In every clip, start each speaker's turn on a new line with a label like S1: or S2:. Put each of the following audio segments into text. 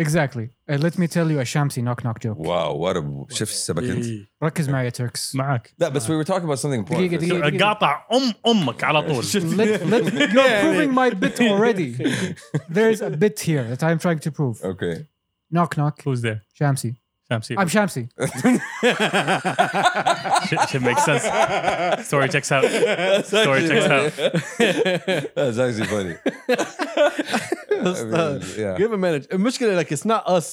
S1: Exactly. Uh, let me tell you a Shamsi knock knock joke.
S2: واو ورب شوف السبك انت
S3: إيه.
S1: ركز معي يا تركس.
S4: معك
S2: لا بس we were talking about something important
S1: دقيقة، دقيقة.
S4: قاطع ام امك على طول
S1: Let, let, you're proving my bit already. There is a bit here that I'm trying to prove.
S2: اوكي
S1: Knock knock.
S4: Who's there?
S1: Shamsi.
S4: Shamsi.
S1: I'm Shamsi.
S4: Shit, shit makes sense. Story checks out. Story checks out.
S2: That's actually funny. I mean, yeah.
S3: Uh, Give him manage. المشكلة like it's not us.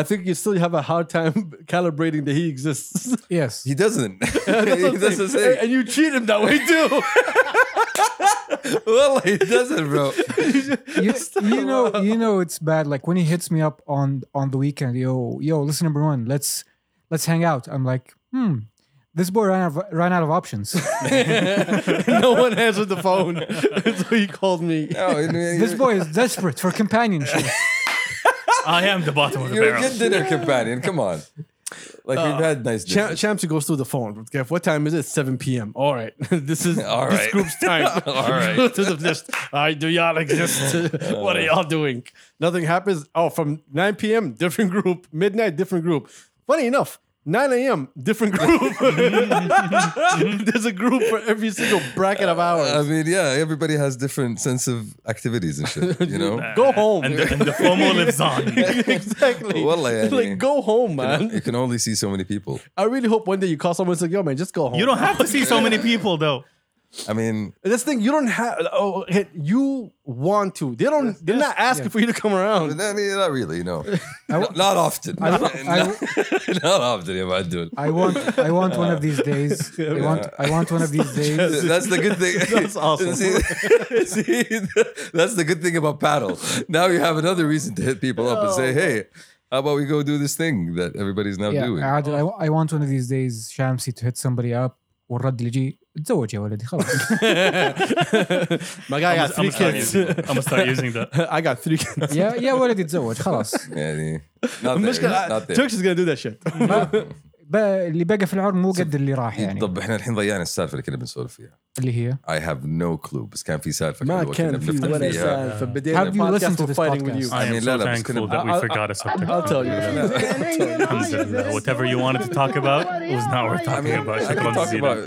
S3: I think you still have a hard time calibrating that he exists.
S1: Yes.
S2: He doesn't. he
S3: That's
S2: doesn't
S3: the thing.
S2: say.
S3: And you cheat him that way too.
S2: Well, he doesn't, bro.
S1: you, you know you know it's bad like when he hits me up on on the weekend yo yo listen number one let's let's hang out i'm like hmm this boy ran out of, ran out of options
S3: no one answered the phone. so he called me.
S2: No, I mean,
S1: this
S2: you're-
S1: boy is desperate for companionship
S4: I am the bottom of the
S2: You're a good
S4: barrel.
S2: dinner companion. Come on. Like we've had nice
S3: Cham-
S2: dinners.
S3: Champsy goes through the phone. Okay, what time is it? 7 p.m. All right. this is
S2: All
S3: this
S2: right.
S3: group's time.
S2: All right.
S3: to the list. All right, do y'all exist? what are y'all doing? Nothing happens. Oh, from 9 p.m., different group. Midnight, different group. Funny enough, 9 a.m., different group. There's a group for every single bracket of
S2: I
S3: hours.
S2: mean, yeah, everybody has different sense of activities and shit, you know?
S3: Go home.
S4: And the, and the FOMO lives on.
S3: exactly.
S2: Wallah, yani.
S3: Like, go home,
S2: You
S3: man.
S2: can only see so many people.
S3: I really hope one day you call someone and say, yo, man, just go home.
S4: You don't have to see so many people though.
S2: I mean,
S3: This thing you don't have. Oh, hey, you want to? They don't. They're not asking
S1: yes.
S3: for you to come around.
S2: not not really, no. Not not often.
S1: I,
S2: Not
S1: wa- I,
S2: not often, yeah, but dude.
S1: I want i want one of these days i want i want one of these days
S2: That's the good thing.
S3: That's awesome.
S2: See, see, that's the good thing about paddle. Now you have another reason to hit people up and say,
S3: Oh.
S2: "Hey, how about we go do this thing that everybody's now
S1: yeah
S2: doing?"
S1: عادل, I, wa- I want one of these days شامسي to hit somebody up والرد اللي يجي تزوج يا ولدي خلاص
S3: My guy got
S4: I'm
S3: three
S4: gonna start
S3: kids.
S4: using, I'm gonna start using that.
S3: I got three kids.
S1: يا يا ولدي تزوج خلاص
S2: يعني not there,
S3: المشكلة
S2: not there.
S3: Turks is gonna do that shit.
S1: ب- اللي بقى في العمر مو قد اللي راح يعني
S2: طب احنا الحين ضيعنا السالفه اللي كنا بنسولف فيها.
S1: اللي هي
S2: I have no clue بس كان في سالفه
S3: ما
S2: حلوة كنا
S3: كان في
S2: بنفتح فيها.
S3: ولا سالفة بدينا
S1: Have you
S3: podcast
S1: listened to
S3: with
S1: this
S3: fighting
S1: podcast?
S3: with you.
S4: I
S2: mean,
S4: am so
S2: لا، لا، بس
S4: thankful
S2: كنا-
S4: that we
S3: I'll-
S4: forgot a subject.
S3: I'll tell you.
S4: Alhamdulillah, Whatever you wanted to talk about was not worth
S2: I
S4: talking
S2: mean,
S4: about.
S2: I can
S4: Shukran
S2: talk
S4: Zidane.
S2: about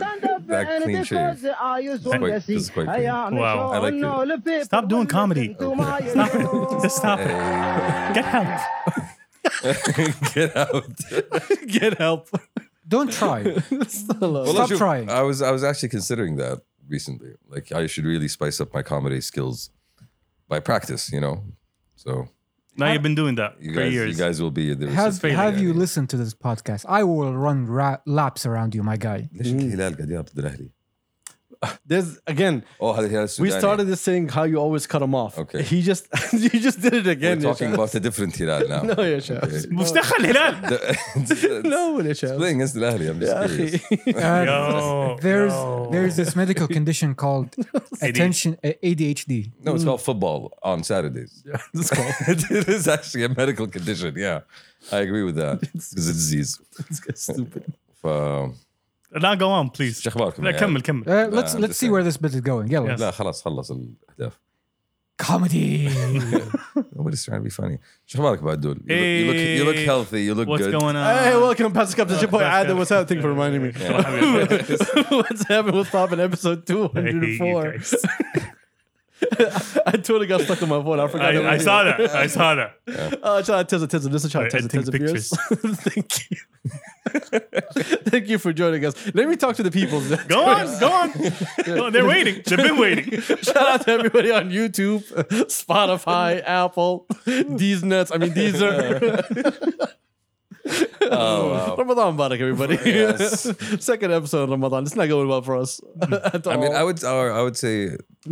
S2: that clean shave.
S3: uh,
S2: quite- this is quite clean.
S4: Wow.
S2: I like
S4: Stop doing comedy. Stop. Just stop it. Get help.
S2: Get out.
S3: Get help.
S1: don't try
S2: Well,
S1: Stop
S2: I should-
S1: trying.
S2: I was I was actually considering that recently. Like I should really spice up my comedy skills by practice, you know. So
S4: Now you've been doing that
S2: you
S4: for
S2: guys,
S4: years.
S2: you guys will be the
S1: have,
S4: failing,
S1: have you
S2: يعني.
S1: listened to this podcast I will run ra- laps around you my guy
S2: ليش
S3: Mm.
S2: الهلال قاعد يلعب ضد الاهلي؟
S3: There's again.
S2: اوه هذا الهلال
S3: We
S2: السوداني.
S3: started this saying how you always cut him off.
S2: Okay.
S3: He just you just did it
S2: We're
S3: again.
S2: talking
S3: Yasha.
S2: about a different هلال now.
S3: No, Yasha.
S4: مش دخل الهلال.
S2: no.
S3: No, Yasha.
S2: Playing against الاهلي I'm
S3: Yeah,
S2: just curious.
S1: Uh,
S4: Yo,
S1: there's
S4: yo.
S1: there's this medical condition called attention uh, ADHD
S2: No, it's called football on Saturdays.
S3: It's called-
S2: it is actually a medical condition. Yeah, I agree with that. It's a disease.
S3: it's stupid.
S2: ف
S4: لا go on please.
S2: ايش اخباركم؟
S4: لا
S2: يا
S4: كمل كمل.
S1: uh, let's
S2: I'm
S1: let's
S2: just
S1: see where this bit is going يلا
S4: Yes.
S2: لا خلاص خلص الاهداف.
S1: comedy
S2: Nobody's trying to be funny. شو اخبارك بعد دول؟ You, look- you look you look healthy, you look
S4: What's
S2: good. Eh,
S4: going on?
S3: Hey, welcome, Pastor Cup. It's your boy
S4: Pastor.
S3: Adam. What's up? Thank you for reminding me. What's happening? What's poppin'? Episode
S4: I hate you
S3: 204.
S4: guys.
S3: I totally got stuck in my phone. I forgot. that
S4: I, I
S3: we-
S4: saw that. I saw that.
S3: Oh, shout out Tessa Tessa. This is shout out
S4: I- I
S3: Tessa
S4: take
S3: Tessa Pierce. Thank you. Thank you for joining us. Let me talk to the people. shout
S4: Go on, go on. No, they're waiting. They've been waiting.
S3: out to everybody on YouTube, Spotify, Apple, these nuts. I mean, these are.
S2: Oh, wow.
S3: Ramadan Barak, everybody.
S2: Yes.
S3: Second episode of Ramadan. It's not going well for us at all.
S2: I mean, I would or I would say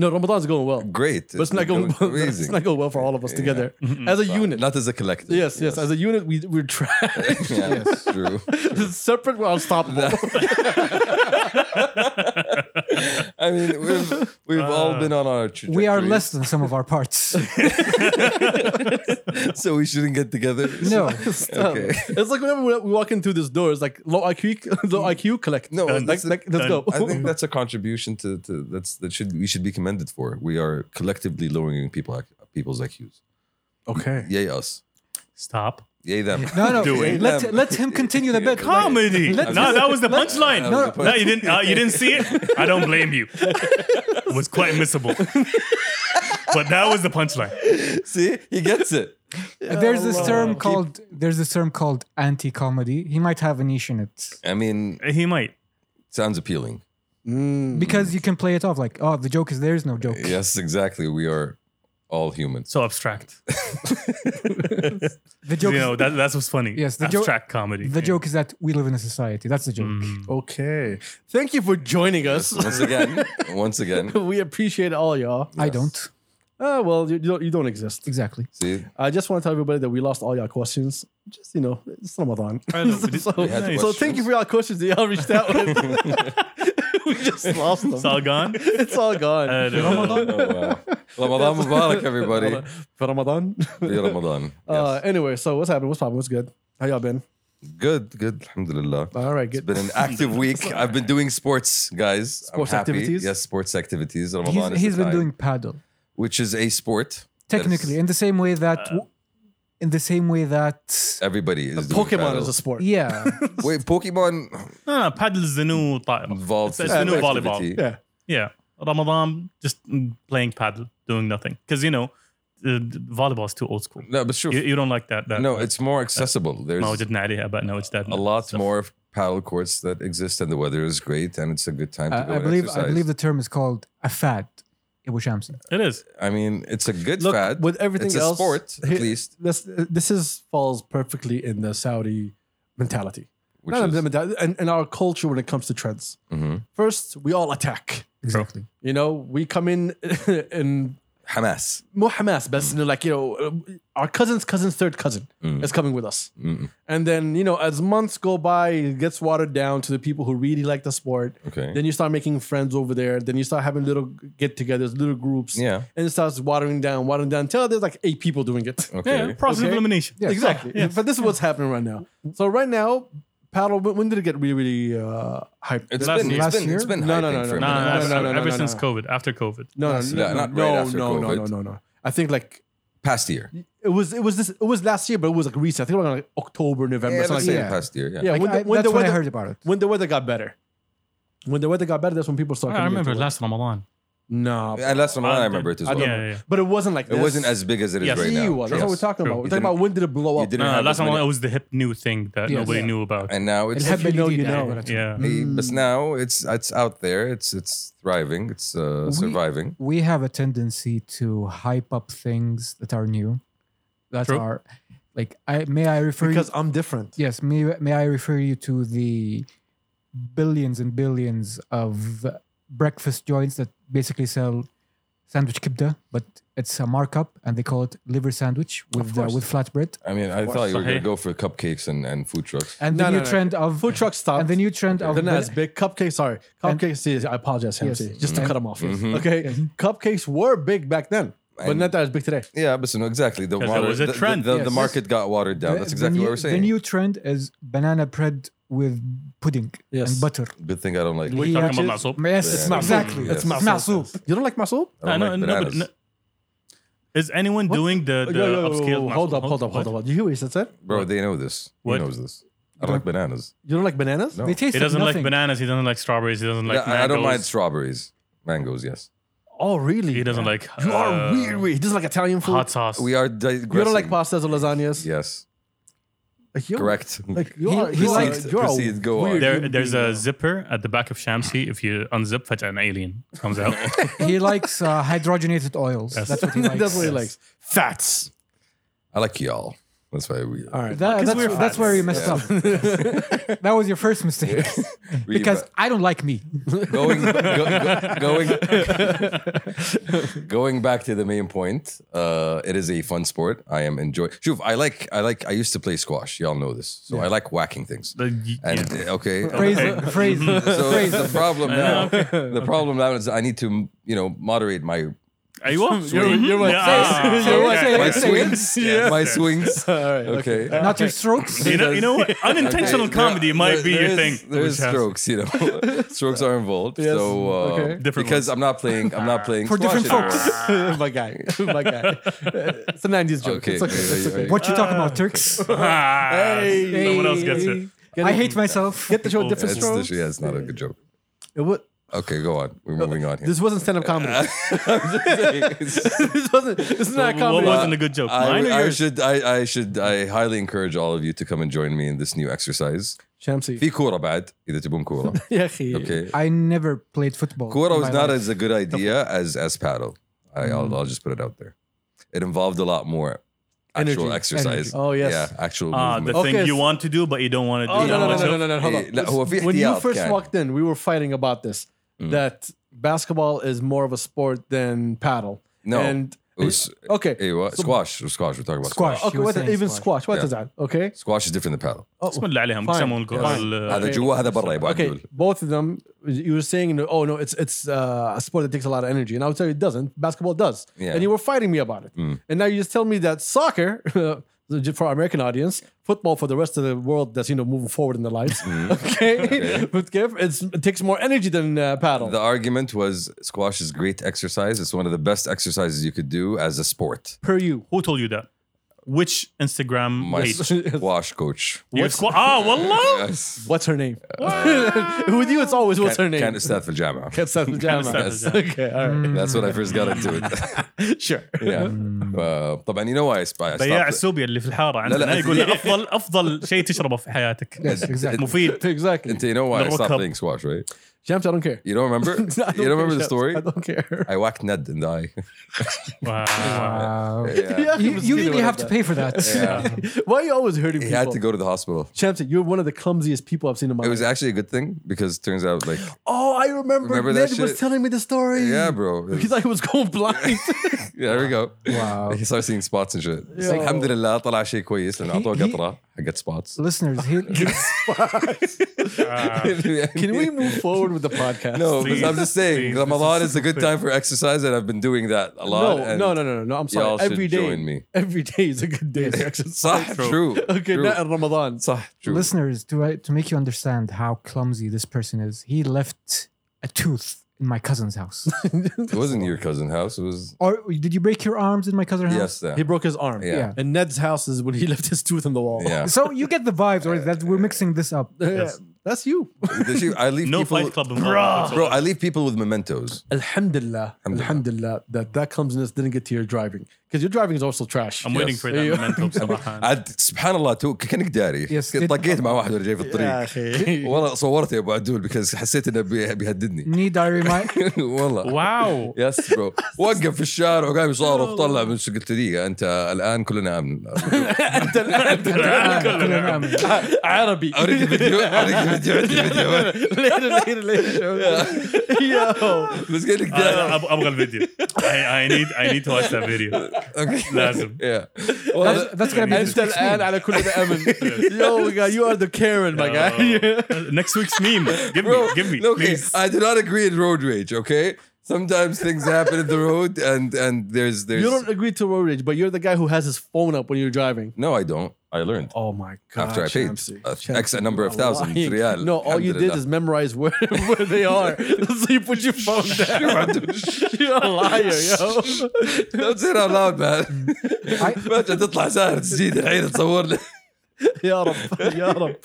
S3: no, Ramadan's going well.
S2: great.
S3: But it's not going, well. It's
S2: amazing.
S3: not going well for all of us together as a unit.
S2: Mm-hmm. Not as a collective.
S3: yes, yes, As a unit, we we're trash.
S2: yeah, yes. True.
S3: Separate, we're unstoppable.
S2: I mean, we've we've
S3: Ah.
S2: all been on our trajectory.
S1: we are less than some of our parts
S2: so we shouldn't get together.
S1: no
S2: Okay.
S3: Um, It's like whenever we we walk into this door, it's like low IQ, low IQ collect.
S2: No,
S3: like,
S2: that's the-
S3: like, let's go.
S2: I think that's a contribution to, to that's that should we should be commended for. We are collectively lowering people people's IQs.
S3: okay.
S2: Yay us.
S4: Stop.
S2: Yay them.
S1: No, no.
S4: Do it.
S1: Let let him continue the bit.
S4: Comedy.
S1: Let-
S4: no, that was the
S1: let-
S4: punchline.
S2: no,
S4: No,
S2: no. That was the
S4: you didn't. Uh, you didn't see it. I don't blame you. It was quite missable. but that was the punchline.
S2: See, he gets it.
S1: There's this term called there's this term called anti-comedy. He might have a niche in it
S2: I mean,
S4: He might.
S2: sounds appealing.
S1: because you can play it off like, oh, the joke is there is no joke.
S2: Yes, exactly. We are all humans.
S4: So abstract.
S1: The joke,
S4: you know
S1: is,
S4: that, that's what's funny.
S1: Yes, the joke-
S4: abstract comedy.
S1: the joke is that we live in a society. That's the joke.
S3: Mm. Okay. Thank you for joining us.
S2: Once again, once again.
S3: we appreciate all y'all.
S1: I don't
S3: Uh, well, you, you don't, you don't exist.
S1: exactly.
S2: See,
S3: I just want to tell everybody that we lost all your questions. Just, you know, it's Ramadan.
S4: I know, we did-
S3: so,
S4: we had
S3: so
S2: questions.
S3: thank you for your questions that y'all reached out with. we just lost them.
S4: It's all gone.
S3: It's all gone.
S4: Uh,
S2: oh, wow. Ramadan Mubarak, everybody.
S3: For Ramadan.
S2: Be Ramadan.
S3: Uh,
S2: Yes.
S3: anyway, so what's happening? What's popping? What's good? How y'all been?
S2: Good, good. Alhamdulillah.
S3: All right,
S2: It's
S3: good.
S2: been an active week. I've been doing sports, guys.
S3: Sports
S2: I'm happy.
S3: activities?
S2: Yes, sports activities.
S1: He's,
S2: Ramadan is
S1: he's
S2: the
S1: been
S2: time,
S1: doing paddle
S2: which is a sport. that is-
S1: technically in the same way that in the same way that
S2: everybody is doing.
S3: Uh, Pokemon is a sport.
S1: yeah
S2: paddle. wait. Pokemon
S4: No, no, paddle is Ah, the new طائرة.
S2: involves
S4: It's the new
S2: physical
S4: volleyball.
S2: activity.
S3: Yeah.
S4: Yeah, Ramadan just mm, playing paddle, doing nothing. Because you know, uh, volleyball is too old school.
S2: No, but sure.
S4: You, you don't like that. that
S2: no, it's more accessible. There's
S4: ما وجدنا عليها ابائنا واجدادنا.
S2: a lot more of paddle courts that exist, and the weather is great, and it's a good time to go
S1: I, I
S2: and
S1: believe
S2: exercise.
S1: I believe the term is called a fad. Abu Shamsi.
S4: It is.
S2: I mean, it's a good
S3: Look,
S2: fad.
S3: with everything
S2: it's a
S3: else,
S2: sport, at
S3: here-
S2: least.
S3: This this is falls perfectly in the Saudi mentality.
S2: Which
S3: Not
S2: is,
S3: the mentality, and, and our culture when it comes to trends.
S2: Mhm.
S3: First, we all attack.
S1: Exactly.
S3: You know, we come in and
S2: Hamas.
S3: more Hamas, but you know, like you know, um, our cousin's cousin's third cousin
S2: Mm.
S3: is coming with us.
S2: Mm-mm.
S3: And then you know, as months go by, it gets watered down to the people who really like the sport.
S2: Okay.
S3: Then you start making friends over there. Then you start having little get-togethers, little groups.
S2: Yeah.
S3: And it starts watering down, watering down. Till there's like eight people doing it.
S2: Okay.
S4: Yeah, process of
S3: Okay.
S4: elimination.
S3: Exactly.
S4: Yes.
S3: But this is what's happening right now. So right now, paddle. When when did it get really, really uh, hyped?
S2: It's
S4: Last
S2: been,
S4: year.
S2: it's
S1: Last
S2: been, it's
S1: year?
S2: been
S3: No, no,
S2: hyping
S3: no,
S2: for a
S4: No,
S2: minute.
S4: no, no,
S3: No, no, no,
S4: ever
S3: no,
S4: since
S3: no.
S4: COVID, after COVID.
S3: no, no,
S1: last
S2: year.
S3: no,
S2: Not
S3: no,
S2: right after
S3: no, no, no,
S2: COVID.
S3: no, no. I think like
S2: Past year.
S3: it was, it was this, it was last year, but it was like recent. I think it was like October, November,
S2: Yeah, let's
S3: something
S2: say
S3: like that.
S2: past year. Yeah.
S3: Yeah,
S1: Like,
S3: when the,
S1: I-
S3: when
S1: that's
S3: the
S1: when I
S3: weather
S1: heard about it.
S3: when the weather got better. When the weather got better, that's when people started.
S4: I
S3: getting
S4: remember
S3: into it.
S4: last Ramadan.
S3: No,
S2: And last one,
S4: I
S2: I
S4: don't-
S2: remember it as
S3: I
S2: well.
S3: don't
S4: Yeah,
S3: know.
S4: yeah, yeah.
S3: but it wasn't like
S2: It
S3: this.
S2: wasn't as big as it is
S4: Yes.
S2: right now.
S3: He was.
S2: Yes.
S3: That's what we're talking about. We're talking about when did it blow
S2: You
S3: up?
S2: didn't
S4: No,
S2: have
S4: last
S2: as many-
S4: Ramadan it was the hip new thing that
S1: Yes.
S4: nobody
S1: Yeah.
S4: knew about.
S2: and now it's
S3: If you know, you know.
S4: yeah.
S2: but now it's it's out there. It's it's thriving. It's uh, surviving.
S1: we have a tendency to hype up things that are new that
S4: True.
S1: are like i may i refer
S3: Because
S1: you,
S3: I'm different.
S1: yes may, may i refer you to the billions and billions of breakfast joints that basically sell sandwich kibda but it's a markup and they call it liver sandwich with uh, with flatbread
S2: I mean, I thought you were
S4: Sahih.
S2: gonna go for cupcakes and, and food trucks.
S1: and the
S3: No,
S1: new
S3: no, no.
S1: trend of
S3: Food truck stopped.
S1: and the new trend of
S3: They're not
S1: ba-
S3: as big. Cupcakes, sorry. Cupcakes, see, I apologize,
S1: Yes.
S3: Hamzy, just to
S1: Mhm.
S3: cut them off.
S2: Mhm.
S3: Okay. Cupcakes were big back then, but
S2: And-
S3: not that as big today.
S2: Yeah, but so no, exactly. The
S4: 'Cause it
S2: water,
S4: was a
S2: the-
S4: trend.
S2: The, the,
S1: Yes.
S2: market got watered down.
S1: the-
S2: That's
S1: the
S2: exactly what
S1: new-
S2: we're saying.
S1: the new trend is banana bread with pudding
S3: Yes.
S1: and butter
S2: Good thing I don't like.
S4: We're
S1: Yeah,
S4: talking about
S1: just-
S4: Masoop.
S1: Yes, it's
S2: Yeah.
S1: exactly.
S2: Yes. Oh
S1: It's Masoup.
S3: You don't like masoop?
S2: I don't
S4: No,
S2: like
S4: no, but
S2: bananas.
S4: no- Is anyone doing the,
S3: Yo,
S4: the
S3: yo, yo,
S4: upscale?
S3: yo,
S4: Masoop?
S3: Hold up, hold up, hold up. Did you hear what he said? sir?
S2: Bro, they know this.
S4: What?
S2: He knows this. I don't like bananas.
S3: You don't like bananas?
S2: No.
S1: They taste
S4: He doesn't
S1: nothing.
S4: like bananas. He doesn't like strawberries. He doesn't like.
S2: Yeah, I I don't mind
S4: mangoes.
S2: strawberries, mangoes. Yes,
S3: Oh, really?
S4: He doesn't like.
S3: You are
S4: uh,
S3: weird, weird. He doesn't like Italian food.
S4: Hot sauce.
S2: we are digressing.
S3: You don't like pastas or lasagnas?
S2: Yes,
S3: Like, you're-
S2: correct.
S3: Like you
S1: He-
S3: are,
S1: he
S3: you are,
S1: likes-
S3: you are
S2: proceed, go on.
S3: weird
S4: There,
S3: human
S4: there's
S3: being.
S4: a zipper at the back of Shamsi. If you unzip, fetch an alien comes out.
S1: He likes uh, hydrogenated oils.
S4: Yes.
S1: That's what he likes.
S3: That's what he likes. Fats.
S2: I like y'all. That's why we.
S3: All right.
S1: That- that's,
S4: we're
S1: that's
S4: fat.
S1: where you messed up. that was your first mistake.
S2: we-
S1: because I don't like me.
S2: going go, go- going going back to the main point uh it is a fun sport i am enjoying Shuf, i like i like i used to play squash y'all know this so i like whacking things
S4: The- y-
S2: and uh,
S4: yeah.
S2: okay
S1: Phrase,
S4: Okay.
S1: phrase,
S2: so
S1: phrase.
S2: the problem now the problem now is i need to you know moderate my
S4: Aywa?
S3: You're, you're my
S4: Mm-hmm. Yeah.
S3: face. You're my
S1: Say it,
S2: My
S1: say it.
S2: swings.
S4: Yes,
S2: My
S4: yes.
S2: swings.
S3: All right.
S2: Okay.
S1: Not your strokes.
S4: You know, you know what? Unintentional
S2: Okay,
S4: comedy
S2: there-
S4: might
S2: there-
S4: be your
S2: there
S4: thing.
S2: is- There is
S4: which has-
S2: strokes, you know. strokes are involved.
S3: Yes,
S2: So uh,
S3: okay.
S4: Different
S2: because I'm not playing. I'm not playing
S1: For different
S2: squash
S1: folks.
S2: anymore.
S3: my guy. My guy. It's a 90s joke.
S2: Okay,
S3: It's okay.
S2: yeah,
S3: It's
S2: yeah,
S3: okay.
S2: yeah.
S1: What you talking about, Turks?
S4: Ah, someone else gets it.
S1: I hate myself.
S3: Get the show
S4: Oh,
S3: different
S2: It's,
S3: strokes.
S2: yeah, it's not a good joke.
S3: It would,
S2: Okay, go on.
S4: Uh,
S2: We're moving on here.
S3: this wasn't stand up comedy. this wasn't. This is not a
S4: What
S3: comedy.
S4: wasn't a good joke?
S2: I,
S4: Mine Ah,
S2: I
S4: or yours?
S2: should I, I should I highly encourage all of you to come and join me in this new exercise.
S3: Shamsi.
S2: في كورة بعد إذا تبون كورة.
S3: يا أخي.
S2: Okay.
S1: I never played football.
S2: Kura
S1: in
S2: was
S1: my
S2: not
S1: life.
S2: as a good idea as as paddle. I,
S3: Mm-hmm.
S2: I'll, I'll just put it out there. It involved a lot more actual
S3: Energy.
S2: exercise.
S3: Energy. Oh, yes.
S2: Yeah, actual
S4: Ah, the
S2: movement.
S3: Okay,
S4: thing you
S3: so-
S4: want to do but you don't want to do.
S3: Oh,
S4: You
S3: no, no,
S4: want
S3: no,
S4: to.
S3: no, no, no, hold
S2: إيه، لا،
S3: on.
S2: هو في
S3: When you
S2: احتياط
S3: first
S2: كان.
S3: walked in, we were fighting about this
S2: Mm.
S3: that basketball is more of a sport than paddle.
S2: No.
S3: And
S2: It was-
S3: okay.
S2: Hey, what? squash. Squash. We're talking about squash.
S1: Squash. She
S2: Squash,
S3: Okay,
S1: was
S3: what,
S1: saying
S3: even
S1: squash.
S3: squash, what
S2: Yeah.
S3: is that? Okay.
S2: is different than paddle.
S3: Oh,
S4: بسم الله عليهم
S3: Fine.
S4: بيسموا الكرة
S3: Fine.
S4: ال-
S2: هذا جوا هذا برا يبغى
S3: Uh, okay, both of them. You were saying, oh no, it's it's uh, a sport that takes a lot of energy, and I would tell you it doesn't. Basketball does,
S2: Yeah. Mm.
S3: and you were fighting me about it, and now you just tell me that soccer. For our American audience, football for the rest of the world that's you know moving forward in their lives.
S2: Mm-hmm.
S3: Okay, but Kev, it's, it takes more energy than uh, paddle.
S2: The argument was squash is great exercise. It's one of the best exercises you could do as a sport.
S3: per you,
S4: Who told you that? Which Instagram
S2: My
S4: page?
S2: squash coach.
S4: Your squa- ah, wallah!
S2: Yes.
S3: what's her name? With you, it's always what's her name.
S2: كان أستاذ في الجامعة.
S3: Kev Seth
S4: Seth Jama.
S3: Okay, all right,
S2: That's when I first got into it.
S1: Mm.
S3: sure.
S2: yeah.
S3: Mm.
S2: ف- طبعا you know why I sp- I
S4: بياع
S2: stopped.
S4: السوبيا اللي في الحاره
S2: لا.
S4: عندنا يقول افضل افضل شيء تشربه في حياتك
S1: Yes, exactly.
S4: مفيد
S3: Exactly.
S2: It- You know why I
S4: Little
S2: stopped
S4: cup.
S2: playing squash, right?
S3: James, I don't care.
S2: You don't remember?
S3: I don't
S2: you don't remember
S3: care,
S2: the
S3: Shams.
S2: story?
S3: I don't care.
S2: I uh, whacked Ned in the eye.
S4: Wow.
S1: Wow.
S3: Yeah,
S1: Uh, You,
S3: he was
S1: you
S3: kidding
S1: really have
S3: about
S1: to
S3: that.
S1: pay for that.
S2: Yeah.
S3: Why are you always hurting
S2: He
S3: people?
S2: had to go to the hospital.
S3: Shamsi, you're one of the clumsiest people I've seen in my
S2: It
S3: life.
S2: was actually a good thing because it turns out, like,
S3: oh, I remember.
S2: Remember
S3: Ned
S2: that
S3: was
S2: shit?
S3: telling me the story.
S2: yeah, bro.
S3: He thought he was going blind.
S2: Yeah, there we go.
S1: Wow.
S2: He started seeing spots and shit. It's like,
S3: Yo.
S2: الحمد لله طلع شيء كويس لأن
S1: He-
S2: أعطوه
S1: he-
S2: قطرة حقت spots.
S1: Listeners, he, he-
S3: Can we move forward with the podcast?
S2: No,
S4: Please,
S2: but I'm just saying,
S4: please,
S2: Ramadan
S4: this
S2: is a good time for exercise, and I've been doing that a lot.
S3: No,
S2: and
S3: no, no, no, no. I'm
S2: y'all
S3: sorry.
S2: should
S3: Every day,
S2: join me.
S3: every day is a good day to exercise.
S2: صح, true.
S3: Okay,
S2: true.
S3: not in Ramadan.
S2: صح, true.
S1: listeners, to uh, to make you understand how clumsy this person is, he left a tooth in my cousin's house.
S2: It wasn't your cousin house. It was
S1: or did you break your arms in my cousin's house?
S2: yes, that.
S3: He broke his arm.
S2: Yeah.
S1: Yeah.
S3: And Ned's house is when he left his tooth in the wall.
S2: Yeah.
S1: So you get the vibes, right? That we're mixing this up.
S4: Yes.
S3: That's you.
S2: Did you- I leave
S4: No
S2: people,
S4: fight club involved.
S2: bro. I leave people with mementos.
S3: Alhamdulillah.
S2: Alhamdulillah.
S3: Alhamdulillah that that clumsiness didn't get to your driving because your driving is also trash.
S4: I'm waiting for that
S3: Yeah.
S4: momentum صراحه
S2: عاد سبحان الله تو كانك داري
S1: Yes, did-
S2: طقيت مع واحد وانا جاي في
S3: يا
S2: الطريق
S3: أخي.
S2: والله صورته يا ابو عدول بكز حسيت انه بي- بيهددني
S1: Need I remind?
S2: والله
S4: واو
S2: يس برو وقف في الشارع وقام يصارخ طلع من س- قلت دقيقه انت الان كلنا امن
S3: عربي
S2: اوريك الفيديو اوريك الفيديو عندي فيديو
S3: later, later, later. Yo.
S2: بس قلت لك داري
S4: أنا أب- ابغى الفيديو I, I need I need to watch that video
S2: اوكي
S4: لازم.
S2: Yeah.
S1: That's, that's gonna be.
S3: انت الان على كل ده امل Yo, guy, you are the Karen, my guy.
S4: Uh, next week's meme give me
S2: Bro,
S4: give me
S2: look,
S4: please
S2: I do not agree in road rage, okay? Sometimes things happen in the road and and there's there's
S3: You don't agree to road rage, but you're the guy who has his phone up when you're driving.
S2: No, I don't. I learned.
S3: Oh my god!
S2: After I paid
S3: Shamsi.
S2: a-
S3: Shamsi,
S2: X number of
S3: you are
S2: thousands,
S3: lying.
S2: riyal.
S3: No, all you did
S2: Alhamdulillah.
S3: is memorize where, where they are. so you put your phone down. you're a liar, yo.
S2: Don't say it out loud, man.
S1: I-
S2: فجأة تطلع ساهر تسجيل العين تصور لي.
S3: يا رب يا رب.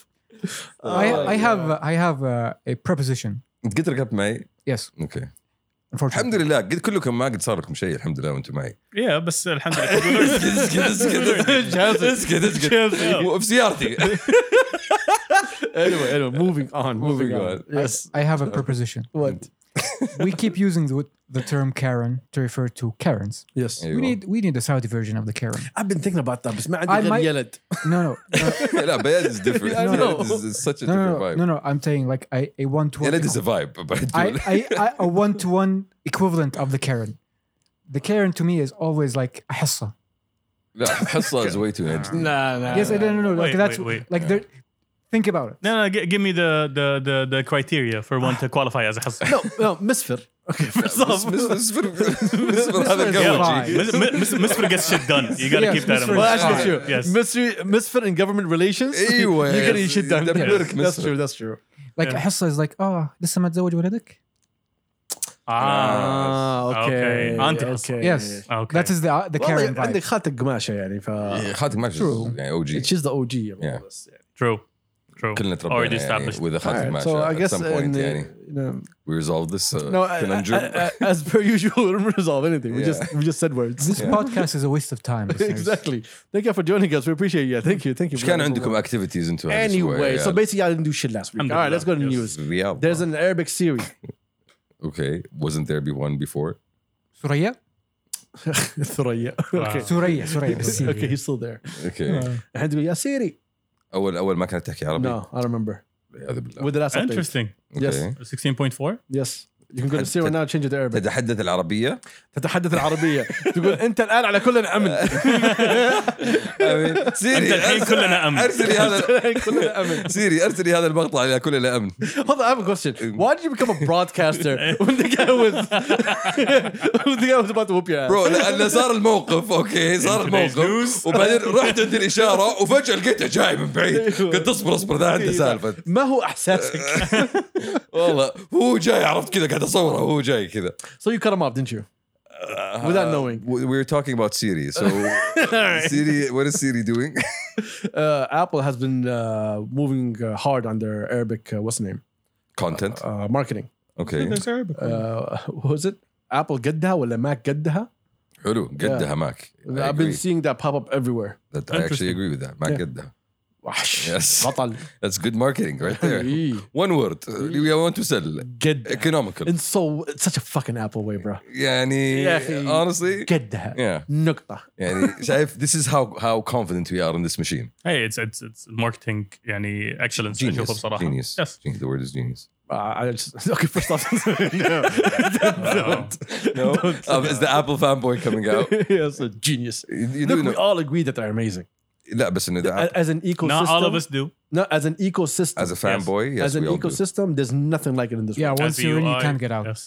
S1: I, I have I have uh, a preposition.
S2: انت قد ركبت معي؟
S1: Yes,
S2: اوكي. الحمد
S1: unfortunately.
S2: لله قد كلكم ما قد صار لكم شيء الحمد لله وانتم معي.
S4: yeah بس الحمد لله
S2: اسكت اسكت اسكت اسكت اسكت اسكت وفي سيارتي.
S3: Anyway, anyway, moving on, moving
S2: Moving
S3: on.
S2: on.
S3: Yes.
S1: I have a preposition.
S3: What?
S1: We keep using the, the term Karen to refer to Karens.
S3: Yes.
S1: We need we need a Saudi version of the Karen.
S3: I've been thinking about that, but ما
S1: I
S3: عندي غير
S1: might-
S3: يلد.
S1: No, no, no,
S2: لا بياد is different.
S3: I know.
S2: Beyad is- is such a
S1: no, no,
S2: different
S1: no,
S2: vibe.
S1: no, no. I'm saying like a, a one to
S2: Yeah,
S1: one.
S2: that is a vibe. but-
S1: I, I, I a one to one equivalent of the Karen. The Karen to me is always like a hissa.
S2: لا حصة is way too interesting.
S3: Nah, nah.
S1: Yes, I
S3: nah.
S1: don't know. Like
S4: Wait,
S1: that's
S4: wait, wait.
S1: like there. Think about it.
S4: no no gi- give me the the the, the criteria for one to qualify as a حصة
S3: No, no, misfit. Okay, first
S2: Miss-
S3: off,
S2: Miss- Miss- Miss Verhagen
S1: Yeah.
S2: Gowji.
S1: Fine.
S4: Mis- mis- Misfit gets shit done. You gotta
S1: Yes,
S4: keep that in
S1: misfit-
S4: mind.
S3: well, that's
S1: Fine.
S3: true.
S4: Yes.
S3: Mystery, misfit and government relations.
S2: Anyway,
S3: you're getting shit done.
S2: ده
S3: Yes.
S2: بيقولك
S3: That's
S2: misfit.
S3: true. That's true.
S1: Like
S4: Yeah.
S1: حصة is like اه لسه ما تزوج ولدك؟
S3: Ah, okay.
S4: Okay. Aunties.
S3: Okay.
S1: Yes.
S4: Ah, Okay.
S1: That is the the Karen
S3: والله عندك
S1: vibe.
S3: خالتك قماشه يعني ف
S2: خالتك ما شو يعني او جي
S3: she's the OG of all
S2: Yeah.
S3: this. Yeah.
S4: True. True.
S2: كلنا
S4: Already
S2: تربينا يعني
S4: established.
S2: واذا خالتك
S3: Alright,
S2: ما
S3: so I
S2: at
S3: guess
S2: some point
S3: in the-
S2: يعني
S3: you know,
S2: we resolve this uh,
S3: no, I-
S2: conundrum.
S3: I- I- as per usual, we didn't resolve anything. We
S2: Yeah.
S3: just we just said words.
S1: This podcast is a waste of time. listeners.
S3: exactly. Thank you for joining us. We appreciate you. Thank you. Thank you.
S2: ايش كان عندكم اكتيفيتيز انتم هذا الأسبوع؟
S3: Anyway,
S2: يعني
S3: so basically, I didn't do shit last week. All
S4: Alhamdulillah,
S3: right, let's go to the
S4: yes.
S3: news.
S2: الرياض.
S3: There's an Arabic series.
S2: Okay, wasn't there be one before?
S1: سوريا
S3: Thuraya. okay.
S1: سوريا سوريا بالسين.
S3: Okay, he's still there.
S2: Okay.
S3: And we, yeah, Siri.
S2: اول اول ما كانت تحكي عربي
S3: No, I don't remember.
S2: والعياذ بالله.
S3: With the last update.
S4: Interesting.
S2: Okay.
S4: 16.4?
S3: Yes. You can go to Siri now change it to Arabic.
S2: تتحدث العربيه
S3: تتحدث العربية. تقول أنت الآن على كلنا أمن.
S2: أمين.
S4: انت
S2: سيري
S4: الحين كلنا امن.
S2: ارسلي هذا
S3: كلنا أمن.
S2: سيري ارسلي هذا المقطع الى كل الامن
S3: Hold on, I have a question. Why did you become a broadcaster when the guy was when the guy was about to whoop your ass?
S2: برو لانه صار الموقف اوكي صار الموقف وبعدين رحت عند الاشاره وفجاه لقيته جاي من بعيد
S3: أيوه.
S2: قلت اصبر اصبر ده
S3: إيه،
S2: عنده سالفه
S3: ما هو احساسك؟
S2: والله هو جاي عرفت كذا قاعد اصوره هو جاي كذا
S3: So you cut him off, didn't you? Without knowing.
S2: We we were talking about Siri. So Siri, what is Siri doing?
S3: Uh, Apple has been uh, moving uh, hard on their Arabic, uh, what's the name?
S2: Content.
S3: Uh, marketing.
S2: Okay.
S3: Uh, what was it? Apple قدها ولا Mac قدها?
S2: حلو قدها ماك. I
S3: I've been
S2: agree.
S3: seeing that pop up everywhere.
S2: That I actually agree with that. ماك قدها.
S3: Wash.
S2: Yes.
S3: بطل.
S2: That's good marketing right there.
S3: إيه.
S2: One word. Uh, We want to sell.
S3: قدها.
S2: Economical.
S3: And so it's such a fucking Apple way, bro.
S2: يعني
S3: يا أخي.
S2: honestly.
S3: قدها.
S2: Yeah.
S3: نقطة.
S2: يعني شايف this is how how confident we are in this machine.
S4: Hey, it's it's it's marketing يعني excellence اشوفه
S2: Genius.
S4: بصراحه.
S2: Genius.
S4: Yes.
S2: Genius. The word is genius.
S3: Uh, I just, okay, first off, no.
S4: Wow.
S2: No. Um, is the Apple fanboy coming out?
S3: yes, a genius.
S2: You, you do
S3: Look, we
S2: know.
S3: all agree that they're amazing.
S2: لا بس انه the
S3: A-
S2: Apple-
S3: As an ecosystem,
S4: Not all of us do.
S3: No, as an ecosystem,
S2: as a fanboy, yes,
S3: as an
S2: we all do.
S3: ecosystem, there's nothing like it in this
S1: Yeah,
S3: world.
S1: once you're in, you
S4: SUI.
S1: can't get out.
S4: Yes.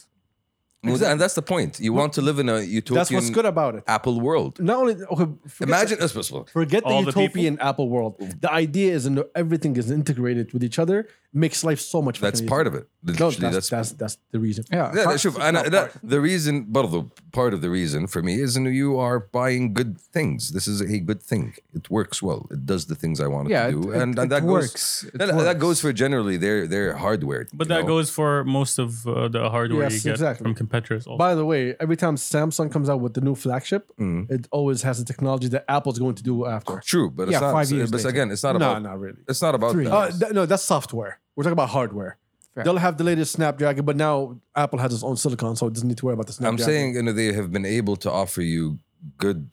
S2: Well, and that's the point. You want to live in a utopian
S3: That's what's good about it.
S2: Apple world.
S3: Not only okay, forget,
S2: Imagine us, possible.
S3: forget the
S4: All the
S3: utopian Apple world. The idea is that everything is integrated with each other, makes life so much.
S2: That's part of it.
S3: No,
S2: Literally, that's,
S3: that's, that's that's the reason.
S1: Yeah.
S2: yeah,
S1: part-
S2: شوف, أنا, that, the reason, برضو, part of the reason for me is you are buying good things. This is a good thing. It works well. It does the things I want it
S1: Yeah,
S2: to
S1: it,
S2: do,
S1: it-
S2: and,
S1: it
S2: and that goes.
S1: works. It
S2: That, that
S1: works.
S2: goes for generally their their hardware.
S4: But
S2: you
S4: that
S2: know?
S4: goes for most of uh, the hardware
S3: Yes,
S4: you get
S3: exactly.
S4: from competitors also.
S3: By the way, every time Samsung comes out with the new flagship,
S2: Mm.
S3: it always has the technology that Apple's going to do after.
S2: True, but
S1: Yeah,
S2: it's not.
S1: five years
S2: but
S1: later.
S2: again, it's not
S3: No,
S2: about.
S3: not really.
S2: It's not about.
S1: Three.
S2: that.
S3: Uh, th- no, that's software. We're talking about hardware.
S1: Fair.
S3: They'll have the latest Snapdragon, but now Apple has its own silicon, so it doesn't need to worry about the
S2: I'm
S3: Snapdragon.
S2: saying you know they have been able to offer you good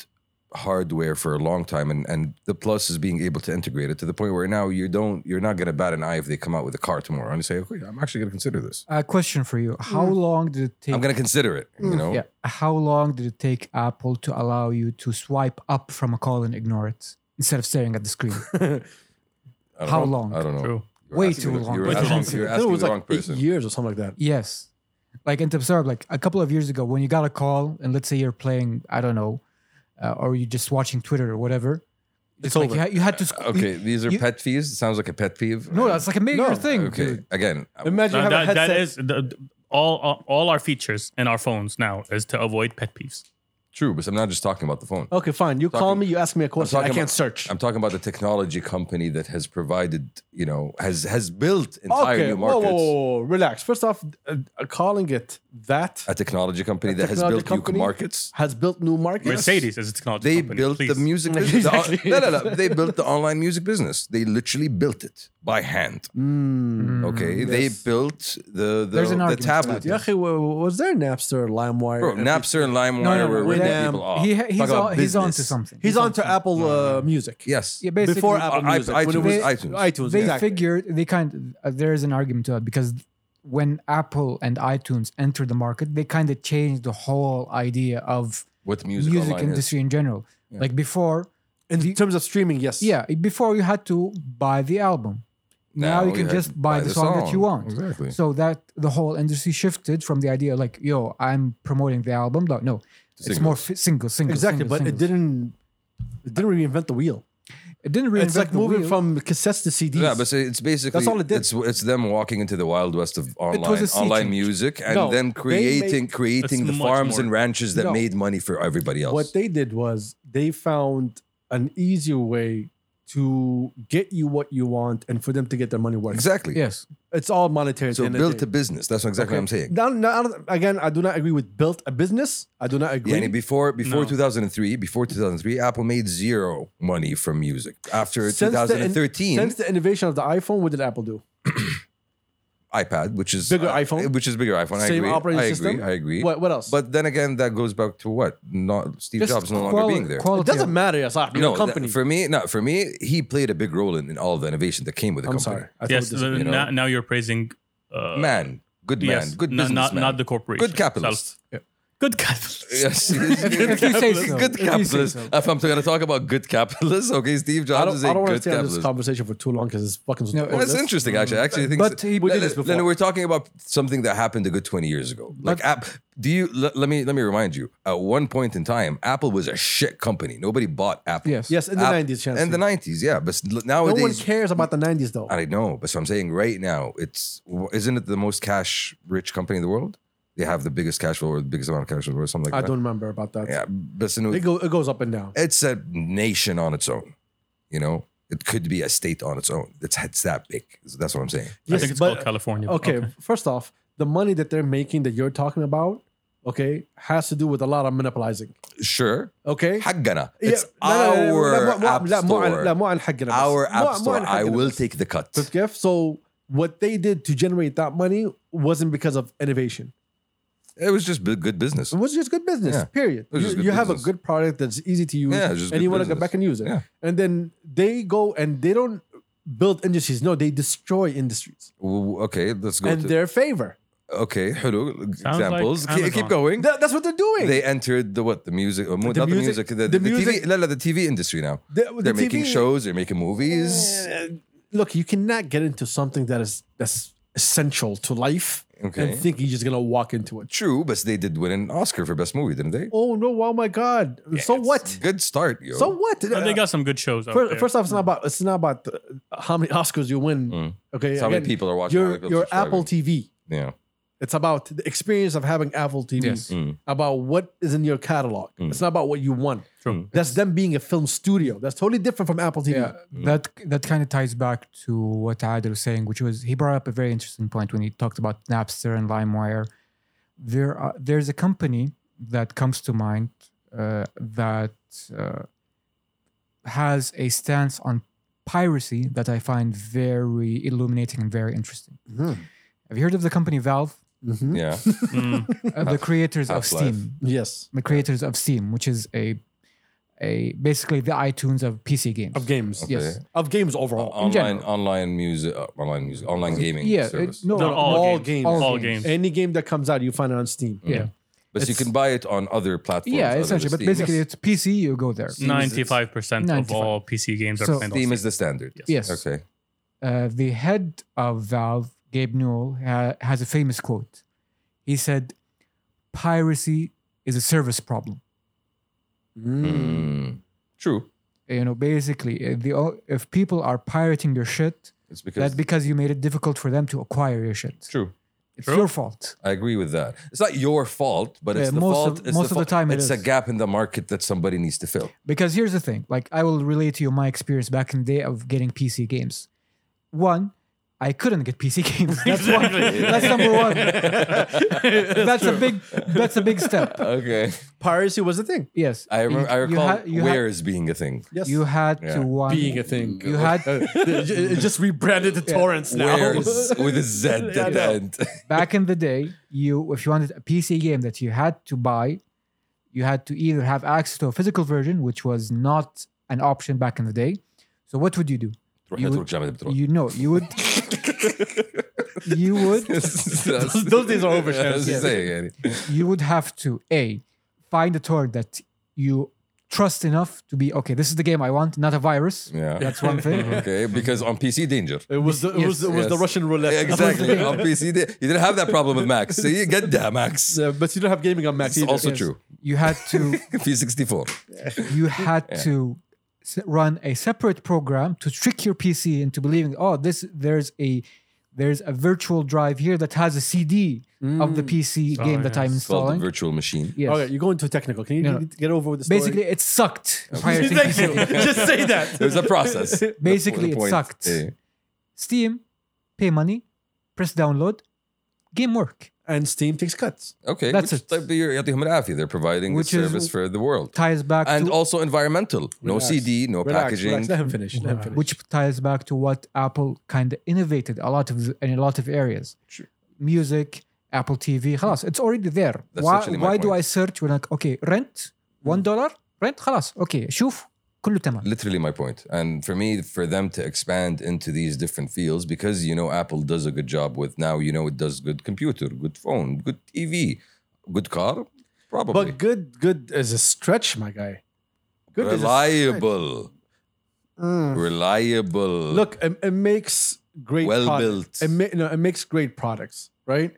S2: hardware for a long time, and and the plus is being able to integrate it to the point where now you don't you're not gonna bat an eye if they come out with a car tomorrow and you say okay I'm actually gonna consider this
S1: A question for you: How long did it take?
S2: I'm gonna consider it you know
S1: Mm. Yeah. How long did it take Apple to allow you to swipe up from a call and ignore it instead of staring at the screen?
S2: I don't
S1: How
S2: know.
S1: long?
S2: I don't know
S4: True.
S2: You're
S1: Way
S2: asking
S1: too
S2: the-
S1: long.
S2: you're
S1: Way too
S2: asking,
S1: long.
S2: you're
S3: I thought
S2: asking
S3: it was
S2: the
S3: like
S2: wrong person
S3: eight years or something like that.
S1: yes. Like in Tabsar, like a couple of years ago, when you got a call, and let's say you're playing, I don't know, uh, or you're just watching Twitter or whatever, it's like
S3: over.
S1: you, ha- you had to. Squ-
S2: okay these are
S1: you-
S2: pet fees it sounds like a pet peeve
S1: No, that's like a major
S3: No.
S1: thing.
S2: okay
S1: dude.
S2: again
S3: Imagine
S4: No,
S3: you have
S4: that,
S3: a headset.
S4: that is the, all, all all our features in our phones now is to avoid pet peeves.
S2: true but I'm not just talking about the phone
S3: okay, fine. You call me, you ask me a question. I
S2: talking
S3: can't
S2: about-
S3: search.
S2: I'm talking about the technology company that has provided you know has has built entire
S3: okay,
S2: new
S3: whoa,
S2: markets
S3: whoa, whoa, whoa, relax. First off, uh, uh, calling it that
S2: a technology company that has
S3: technology
S2: built
S3: company?
S2: new markets.
S3: has built new markets.
S4: Mercedes is a technology
S2: They
S4: company.
S2: built
S4: please.
S2: the music business.
S3: Exactly.
S2: The on- no, no, no. They built the online music business. They literally built it by hand.
S3: Hmm.
S1: Hmm.
S2: okay. They built the the,
S1: Mm, There's an
S2: the
S1: argument for
S2: tablet.
S1: that,
S3: Yeah, okay, wa- wa- was there Napster, LimeWire?
S2: Bro, Napster and LimeWire
S1: No, no, no,
S2: were ripping
S1: with,
S2: people
S1: um,
S2: off.
S1: he,
S2: Talk
S1: he's,
S2: about
S1: on, he's on to
S2: business.
S1: something.
S3: He's
S1: on
S3: onto Apple uh, Music.
S2: Yes.
S1: Yeah, basically,
S3: Before
S2: I-
S3: Apple
S2: I-
S3: Music. when it
S2: iTunes,
S3: was
S2: iTunes.
S3: iTunes,
S1: they
S3: exactly.
S1: figured they kind uh, there is an argument to that because when Apple and iTunes entered the market, they kind of changed the whole idea of
S2: What music,
S1: music,
S2: online
S1: industry in general. Like before,
S3: In terms of streaming, yes.
S1: yeah, before you had to buy the album. Now, you
S2: we
S1: can
S2: had-
S1: just buy, the, song, that you want.
S2: Exactly.
S1: So that the whole industry shifted from the idea like, yo, I'm promoting the album. No, no, it's more fi- single, single,
S3: Exactly, but it didn't. It didn't reinvent the wheel.
S1: It didn't reinvent
S3: It's like
S1: the
S3: moving
S1: wheel.
S3: from cassettes to CDs.
S2: Yeah, but so it's basically
S3: That's all it did.
S2: It's, it's them walking into the wild west of online
S1: a sea
S2: online
S1: change.
S2: music and
S3: No, they
S2: then
S3: made-
S2: creating creating
S4: It's
S2: the
S4: much
S2: farms
S4: more.
S2: and ranches that
S3: No.
S2: made money for everybody else.
S3: What they did was they found an easier way to get you what you want and for them to get their money worth.
S2: exactly.
S1: yes,
S3: It's all monetary. at the
S2: So
S3: end of the
S2: built
S3: day.
S2: a business. That's exactly what I'm saying.
S3: Now, now, again, I do not agree with built a business. I do not agree.
S2: Yeah, and before before
S4: No.
S2: 2003, before 2003, Apple made zero money from music. After
S3: Since the in-
S2: 2013,
S3: Since the innovation of the iPhone, what did Apple do?
S2: iPad, which is
S3: Bigger iPhone?
S2: which is bigger iPhone. I
S3: Same
S2: agree.
S3: operating
S2: I agree.
S3: system?
S2: I agree.
S3: What, what else?
S2: But then again, that goes back to what? Not Steve
S1: Just
S2: Jobs no longer
S1: quali-
S2: being there.
S3: it
S1: quality
S3: doesn't
S1: of-
S3: matter. Yes, ah,
S2: no,
S3: no
S2: that-
S3: company.
S2: for me, no, for me, he played a big role in, in all the innovation that came with the
S3: I'm
S2: company.
S3: sorry. I
S4: yes,
S3: totally
S4: the-
S2: you know?
S4: now, now you're praising. Uh,
S2: Man, good man,
S4: yes,
S2: good
S4: no-
S2: businessman,
S4: Not, not the corporation.
S2: good capitalist.
S4: Good capitalist.
S2: Yes,
S1: If you say so.
S2: good
S1: If you say
S2: capitalist.
S1: so.
S2: If I'm going to talk about good capitalists, okay, Steve
S3: disagree. I
S2: Jobs
S3: don't,
S2: is
S3: I
S2: a
S3: don't want
S2: good
S3: to stay on this
S2: capitalist.
S3: conversation for too long because it's fucking.
S1: No,
S2: Well, Oh, that's
S3: pointless.
S2: interesting, actually. I actually think
S1: But
S2: that-
S1: he-
S3: We did this
S2: Lennon-
S3: before.
S2: Lennon, we're talking about something that happened a good 20 years ago. Like, app, do you let, let me let me remind you? At one point in time, Apple was a shit company. Nobody bought Apple.
S1: Yes.
S3: Yes, in the
S2: App-
S3: nineties, chance.
S2: In the 90s, yeah. But s- l-
S3: no
S2: nowadays,
S3: one cares about the nineties though.
S2: I know, but so I'm saying right now, it's w- isn't it the most cash rich company in the world? They have the biggest cash flow or the biggest amount of cash flow or something
S3: I
S2: like that.
S3: don't remember about that.
S2: Yeah, but so no-
S3: It, go, it goes up and down.
S2: it's a nation on its own. You know, it could be a state on its own. It's it's that big. That's what I'm saying.
S4: I think
S3: Yes,
S4: it's
S3: but-
S4: called California. but
S3: Okay, first off, the money that they're making that you're talking about, okay, has to do with a lot of monopolizing.
S2: Sure,
S3: Okay,
S2: حقنا.
S3: Yeah,
S2: It's
S3: لا- لا- لا- لا-
S2: our
S3: لا- مو-
S2: app
S3: لا مو عن- لا
S2: store.
S3: مو عن حقنا بس.
S2: Our
S3: مو- مو
S2: app store.
S3: عن
S2: I
S3: حقنا
S2: will
S3: بس.
S2: take the cut.
S3: شفت كيف؟ So what they did to generate that money wasn't because of innovation.
S2: It was just bu- good business.
S3: It was just good business.
S2: Yeah.
S3: Period.
S2: was
S3: You,
S2: just good
S3: you have a
S2: business.
S3: good product that's easy to use,
S2: Yeah, it's just
S3: and
S2: good
S3: you want to go
S2: business.
S3: back and use it.
S2: Yeah.
S3: And then they go and they don't build industries. No, they destroy industries
S2: W- Okay, let's go.
S3: in
S2: To,
S3: their favor.
S2: okay, hello.
S4: like
S2: Examples. Ke- keep
S4: Amazon.
S2: going.
S3: That- that's what they're doing.
S2: They entered the what the music, uh, mo-
S3: The
S2: not the
S3: music-
S2: music, the,
S3: the
S2: the
S3: music-
S2: TV, la, la, the TV industry now.
S3: The- the
S2: They're making
S3: TV
S2: shows, they're making movies.
S3: Look, you cannot get into something that is that's essential to life
S2: Okay.
S3: and think you're just gonna walk into it.
S2: True, but they did win an Oscar for best movie, didn't they?
S3: Oh no! Oh my God! so what?
S2: Good start, yo.
S3: So what?
S4: Uh, they got some good shows out
S3: first,
S4: there.
S3: first off, it's not about it's not about the, how many Oscars you win.
S2: Mm.
S3: Okay,
S2: It's how many
S3: again,
S2: people are watching? how
S3: your
S2: many people
S3: your
S2: subscribing.
S3: Apple TV.
S2: Yeah.
S3: It's about the experience of having Apple TV.
S1: Yes.
S2: Mm.
S3: About what is in your catalog.
S2: Mm.
S3: It's not about what you want.
S4: True.
S3: That's them being a film studio. That's totally different from Apple TV.
S1: Yeah, that that kind of ties back to what Adil was saying, which was he brought up a very interesting point when he talked about Napster and LimeWire. There, are, there's a company that comes to mind uh, that uh, has a stance on piracy that I find very illuminating and very interesting.
S3: Mhm.
S1: Have you heard of the company Valve,
S3: Mhm.
S2: Yeah.
S4: Mm.
S1: Uh, the creators of
S2: Half-Life.
S1: Steam?
S3: Yes.
S1: The creators of Steam, which is a a basically the iTunes of PC games.
S3: Of games.
S2: Okay.
S1: Yes.
S3: Of games overall.
S2: online,
S1: general.
S2: online music, uh, online music, online gaming.
S1: Yeah, it-
S2: service.
S1: no,
S4: No,
S1: no,
S4: all,
S3: all
S4: games.
S3: games.
S4: All,
S1: All
S4: games.
S3: Any game that comes out, you find it on Steam.
S1: yeah.
S2: but you
S3: it's-
S2: can buy it on other platforms.
S1: Yeah,
S2: other
S1: essentially.
S2: than
S1: But
S2: Steam.
S1: basically, it's PC. You go there.
S2: Steam is-
S4: Ninety-five percent of
S1: 95.
S4: all PC games are
S1: So-
S4: played on
S2: Steam is the standard.
S1: Yes.
S2: Okay.
S1: Uh, the head of Valve, Gabe Newell, ha- has a famous quote. He said, "Piracy is a service problem."
S2: Mm. True.
S1: You know, basically, uh, the o- if people are pirating your shit,
S2: It's because
S1: that's because you made it difficult for them to acquire your shit.
S2: true.
S1: It's
S4: True.
S1: your fault.
S2: I agree with that. It's not your fault, but it's
S1: Yeah,
S2: the
S1: most
S2: fault.
S1: of-
S2: it's
S1: most of the
S2: fault-
S1: time it
S2: it's a
S1: is.
S2: gap in the market that somebody needs to fill.
S1: Because here's the thing, like I will relate to you my experience back in the day of getting PC games. One, I couldn't get PC games. That's one.
S4: Exactly.
S1: That's number one. that's a big. That's a big step.
S2: Okay.
S3: Piracy was the thing.
S1: Yes,
S2: I remember. I
S1: You- you
S2: recall
S1: had- you had-
S2: wares being a thing.
S3: Yes.
S1: You had
S2: Yeah.
S1: to one
S3: being a thing. Uh,
S1: You had
S3: it just rebranded to torrents now.
S2: Wares with a Z at
S3: Yeah,
S2: the
S3: I know.
S2: end.
S1: back in the day. You, if you wanted a PC game that you had to buy, you had to either have access to a physical version, which was not an option back in the day. So what would you do?
S2: تروح
S1: You
S2: لا
S1: would-
S2: تروح جامعة بتروح.
S1: You know, you would. you would.
S2: those,
S3: those days are over,
S2: Yeah, I was
S3: Shaz.
S2: saying, yeah.
S1: You would have to a find a torrent that you trust enough to be okay. This is the game I want, not a virus.
S2: Yeah.
S1: That's one thing.
S2: Okay, because on PC, danger.
S3: It was the, it was, it was the
S2: Yes.
S3: Russian roulette.
S2: Exactly. on PC, da- you didn't have that problem with Max. See, get that, Max.
S3: Yeah, but you don't have gaming on Mac
S2: It's
S3: either.
S2: also
S1: Yes.
S2: true.
S1: You had to
S2: P64.
S1: you had to s- run a separate program to trick your PC into believing, oh, this there's a there's a virtual drive here that has a CD of the PC
S4: Oh,
S1: game that I'm
S2: Mm. It's called the
S1: installing.
S2: virtual machine.
S1: Yes.
S3: Okay, you're going too technical. Can you
S1: No, no.
S3: get over with the story?
S1: Basically, it sucked. prior to
S3: Thank
S1: PC.
S3: you. Just say that.
S2: There's a process.
S1: Basically,
S2: The
S1: it
S2: point.
S1: sucked.
S2: Yeah.
S1: Steam, pay money, press download, game work.
S3: And Steam takes cuts.
S2: Okay,
S1: That's
S2: which
S1: it.
S2: type of- يعطيهم العافية. They're providing
S1: Which
S2: the
S1: is-
S2: service for the world.
S1: Ties back
S2: And
S1: to
S2: also environmental. No
S3: Relax.
S2: CD, no
S3: Relax,
S2: packaging.
S3: relax. Let him finish. Let him finish.
S1: which ties back to what Apple kind of innovated a lot of in a lot of areas.
S2: Sure.
S1: Music, Apple TV, خلاص, it's already there.
S2: That's
S1: why
S2: actually my
S1: why do
S2: point. Hmm.
S1: I search when like okay rent one dollar rent خلاص okay شوف كله تمام.
S2: literally my point and for me for them to expand into these different fields because you know apple does a good job with now you know it does good computer good phone good tv good car probably
S3: But good, good is a stretch, my guy. Good is a
S2: reliable
S3: stretch. Mm.
S2: reliable
S3: Look, it, it makes great
S2: Well
S3: products.
S2: built.
S3: It, ma- no, it makes great products, right?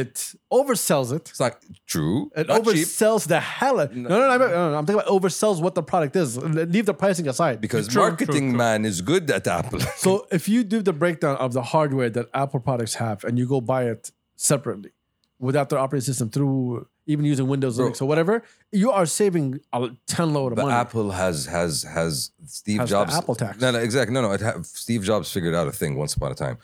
S3: It oversells it.
S2: it's not true
S3: It
S2: not cheap
S3: oversells the hell. out- No,
S2: No.
S3: no, no, I'm- no, no, I'm talking about oversells what the product is. Leave the pricing aside.
S2: because
S4: True, true,
S2: marketing
S4: true.
S2: man is good at apple
S3: So if you do the breakdown of the hardware that Apple products have and you go buy it separately without their operating system through even using Windows,
S2: Bro.
S3: Linux, or whatever, you are saving a ton load of
S2: but
S3: money.
S2: apple has has has steve
S3: Has the
S2: jobs
S3: Apple tax.
S2: no no exactly no no it ha- steve jobs figured out a thing once upon a time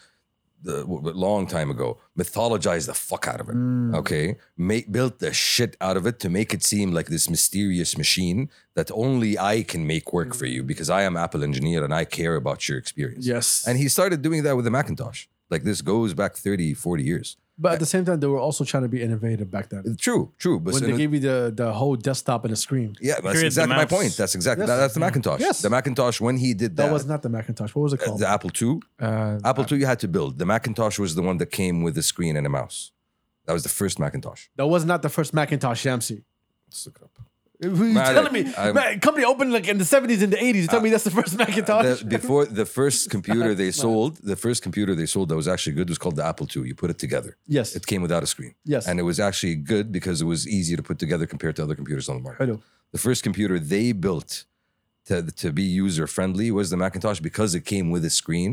S2: the, w- w- long time ago mythologized the fuck out of it
S3: Mm.
S2: okay make built the shit out of it to make it seem like this mysterious machine that only i can make work for you because i am apple engineer and i care about your experience
S3: Yes.
S2: and he started doing that with the macintosh like this goes back 30 40 years
S3: but at the same time, they were also trying to be innovative back then.
S2: true true but
S3: When
S2: in
S3: they
S2: a-
S3: gave you the, the whole desktop and a screen.
S2: yeah that's
S4: Create the
S2: exactly my
S4: mouse.
S2: point that's exactly
S3: Yes. Mm-hmm.
S2: that- that's the macintosh
S3: Yes.
S2: the macintosh when he did that,
S3: That was not the Macintosh. What was it
S2: uh,
S3: called?
S2: the apple ii
S1: Uh,
S2: apple ii you had to build the macintosh was the one that came with a screen and a mouse that was the first macintosh
S3: that was not the first Macintosh, Yamsi.
S2: Let's look it up.
S3: You're
S2: Matter-
S3: telling me,
S2: I'm- Uh,
S3: man, company opened like in the 70s and the 80s. You tell me that's the first Macintosh?
S2: the, before the first computer they sold, the first computer they sold that was actually good was called the Apple II. You put it together.
S3: yes.
S2: It came without a screen.
S3: Yes.
S2: And it was actually good because it was easier to put together compared to other computers on the market.
S3: Hello.
S2: The first computer they built to, to be user friendly was the Macintosh because it came with a screen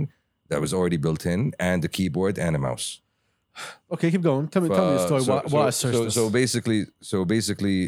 S2: that was already built in and a keyboard and a mouse.
S3: Okay, keep going. Tell me, tell me the
S2: Uh,
S3: story
S2: so-
S3: while,
S2: so,
S3: while I search
S2: so,
S3: this.
S2: so basically, so basically,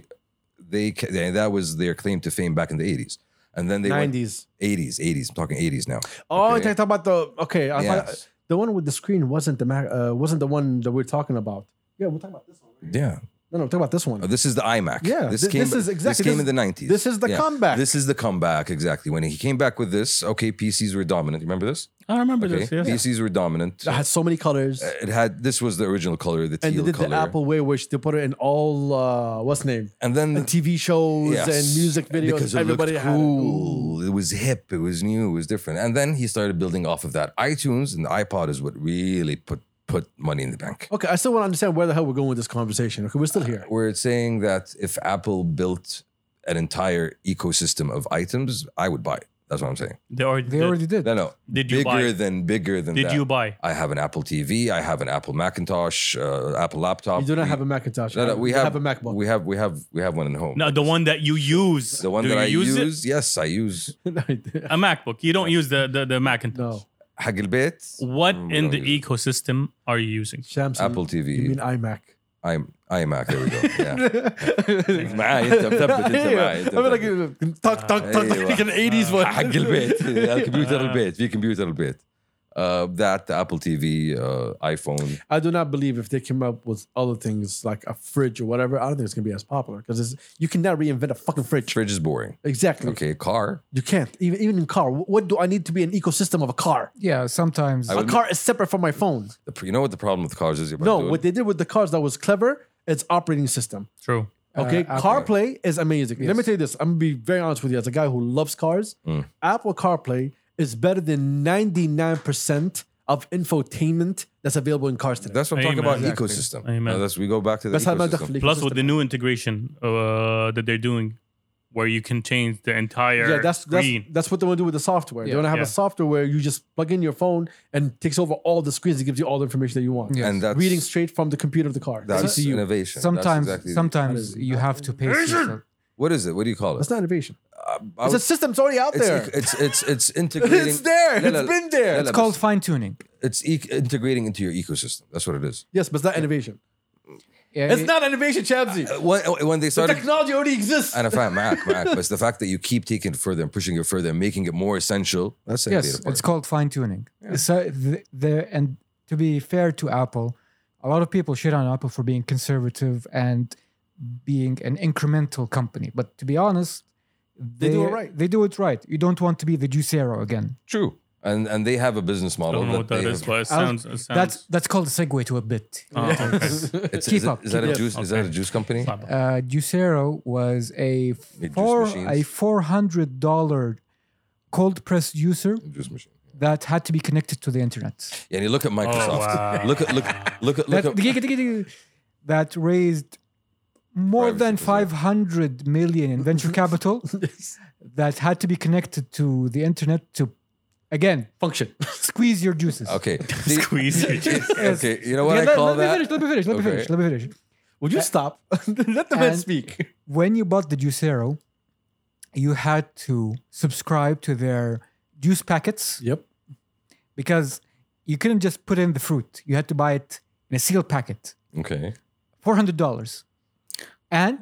S2: they ca- and that was their claim to fame back in the 80s. And then they went
S3: 90s.
S2: 80s, 80s. I'm talking 80s now.
S3: Oh,
S2: Okay.
S3: they talk about the okay. I thought
S2: Yes.
S3: the one with the screen wasn't the Mac, uh, wasn't the one that we're talking about. Yeah, we're talking about this one.
S2: Yeah.
S3: No, no, we're talking about this
S2: Oh,
S3: one.
S2: this is the iMac.
S3: Yeah,
S2: this,
S3: th-
S2: came,
S3: this is
S2: This
S3: exactly-
S2: came
S3: this-
S2: in the nineties.
S3: this is the comeback.
S2: This is the comeback exactly. When he came back with this, okay, PCs were dominant. You remember this?
S4: I remember
S2: Okay,
S4: this. Yes.
S2: PCs were dominant.
S3: That had so many colors,
S2: It had this was the original color, the
S3: and they
S2: uh, teal
S3: did
S2: color,
S3: the Apple way, which they put it in all uh, what's name
S2: and then
S3: and TV shows
S2: yes,
S3: and music videos.
S2: because it
S3: Everybody
S2: looked
S3: had it.
S2: cool. It. was hip. It was new. It was different. And then he started building off of that. iTunes and the iPod is what really put put money in the bank.
S3: Okay, I still want to understand where the hell we're going with this conversation. Okay, we're still here.
S2: where it's saying that if Apple built an entire ecosystem of items, I would buy it. That's what I'm saying.
S4: They already
S1: they
S4: did.
S1: already did.
S2: No, no.
S4: Did you
S2: bigger
S4: buy-
S2: than bigger than
S4: Did
S2: that.
S4: you buy?
S2: I have an Apple TV. I have an Apple Macintosh, uh, Apple laptop.
S3: You do not
S2: We-
S3: have a Macintosh.
S2: No, no, we
S3: You
S2: have,
S3: a MacBook.
S2: We have we have we have one in home.
S4: No, the one that you use.
S2: the one
S4: Do
S2: that I
S4: you
S2: use.
S4: it?
S2: Yes, I use
S3: No, you didn't.
S4: a MacBook. You don't use the the, the Macintosh.
S3: no,
S2: Hagelbit,
S4: What
S2: Mm, we
S4: in
S2: don't
S4: the
S2: use
S4: ecosystem are you using?
S3: Shamsi,
S2: Apple TV.
S3: You mean iMac?
S2: I'm iMac. There we go. Yeah.
S4: Ah,
S2: معاي انت مثبت انت معاي
S3: أيوة.
S2: انت
S3: أقول
S2: مثبت.
S3: لك طق طق طق
S2: أيوة.
S3: هيك ال 80s one.
S2: حق البيت الكمبيوتر
S4: Ah.
S2: البيت في كمبيوتر البيت. Uh, that the Apple TV, uh, iPhone.
S3: I do not believe if they came up with other things like a fridge or whatever, I don't think it's gonna be as popular because you cannot reinvent a fucking fridge.
S2: Fridge is boring.
S3: Exactly.
S2: Okay, car.
S3: You can't. Even even in car. wh- What do I need to be an ecosystem of a car?
S1: Yeah, sometimes
S2: I
S3: A
S2: would-
S3: car is separate from my phone.
S2: The, pr- you know what the problem with cars is?
S3: No, what they did with the cars that was clever, it's operating system.
S4: True.
S3: Okay,
S1: Uh, Apple.
S3: CarPlay is amazing. Let me tell you this. I'm gonna be very honest with you. As a guy who loves cars,
S2: Mm.
S3: Apple CarPlay is better than 99% of infotainment that's available in cars today.
S2: That's what I'm talking
S4: Amen.
S2: about.
S4: Exactly.
S2: Ecosystem.
S4: Amen.
S2: Uh, that's we go back to the
S3: That's how about
S2: ecosystem.
S3: the
S4: Plus, with the new integration uh, that they're doing, where you can change the entire
S3: Yeah, that's that's,
S4: screen.
S3: that's what they want to do with the software. They
S1: Yeah.
S3: want to have
S4: Yeah.
S3: a software where you just plug in your phone and takes over all the screens. It gives you all the information that you want.
S1: Yeah.
S2: and that's
S3: Reading straight from the computer of the car. the
S2: That's
S3: CPU.
S2: innovation. That's
S1: Sometimes,
S2: exactly-
S1: sometimes you have to pay. yourself.
S2: What is it? What do you call it?
S3: That's not innovation.
S2: I
S3: It's a
S2: would-
S3: system that's already out
S2: Uh, it's,
S3: there.
S2: it's it's it's integrating.
S3: It's there.
S2: No, no,
S3: It's
S2: no.
S3: been there.
S2: No,
S1: It's
S2: no,
S1: called fine tuning.
S2: It's e- integrating into your ecosystem. That's what it is.
S3: yes, but it's not innovation.
S1: Yeah,
S3: It's
S1: it-
S3: not innovation, Chabzy.
S2: When, Uh, when they
S3: the
S2: started,
S3: technology already exists.
S2: and I find Mac, Mac, but it's the fact that you keep taking it further and pushing it further and making it more essential. That's the
S1: yes, it's
S2: part.
S1: called fine tuning. So the, the and to be fair to Apple, a lot of people shit on Apple for being conservative and being an incremental company. But to be honest, they,
S3: do it right.
S1: They do it right. You don't want to be the Juicero again.
S2: true. And and they have a business
S4: I
S2: model.
S4: don't know what that
S2: they
S4: is,
S2: have-
S4: but it
S1: I'll-
S4: sounds. It sounds
S1: That's that's called a segue to a bit.
S4: oh, okay.
S2: Um, It's,
S1: Keep
S2: is, it-
S1: up,
S2: is that
S1: keep
S2: a
S1: up.
S2: juice? Is that a
S4: Okay.
S2: juice company?
S4: Slap it.
S1: Uh, Juicero was a
S2: juice
S1: four a
S2: machines.
S1: four hundred dollar cold press juicer
S2: Juice machine.
S1: that had to be connected to the internet.
S2: Yeah, and you look at Microsoft.
S4: Oh, wow.
S2: Look at look look at look
S1: that,
S2: at
S1: that raised more
S2: Privacy
S1: than
S2: was it.
S1: 500 million in venture capital that had to be connected to the internet to again
S3: Function.
S1: squeeze your juices
S2: Okay. See,
S4: Squeeze it.
S2: okay. You know what
S1: Yeah,
S2: I
S1: let,
S2: call
S1: let me
S2: that?
S1: finish let me finish let me
S2: Okay.
S1: finish let me finish
S3: Would you stop? Let the man
S1: and-
S3: speak.
S1: when you bought the juicero you had to subscribe to their juice packets
S3: Yep.
S1: because you couldn't just put in the fruit you had to buy it in a sealed packet
S2: Okay.
S1: four hundred dollars. And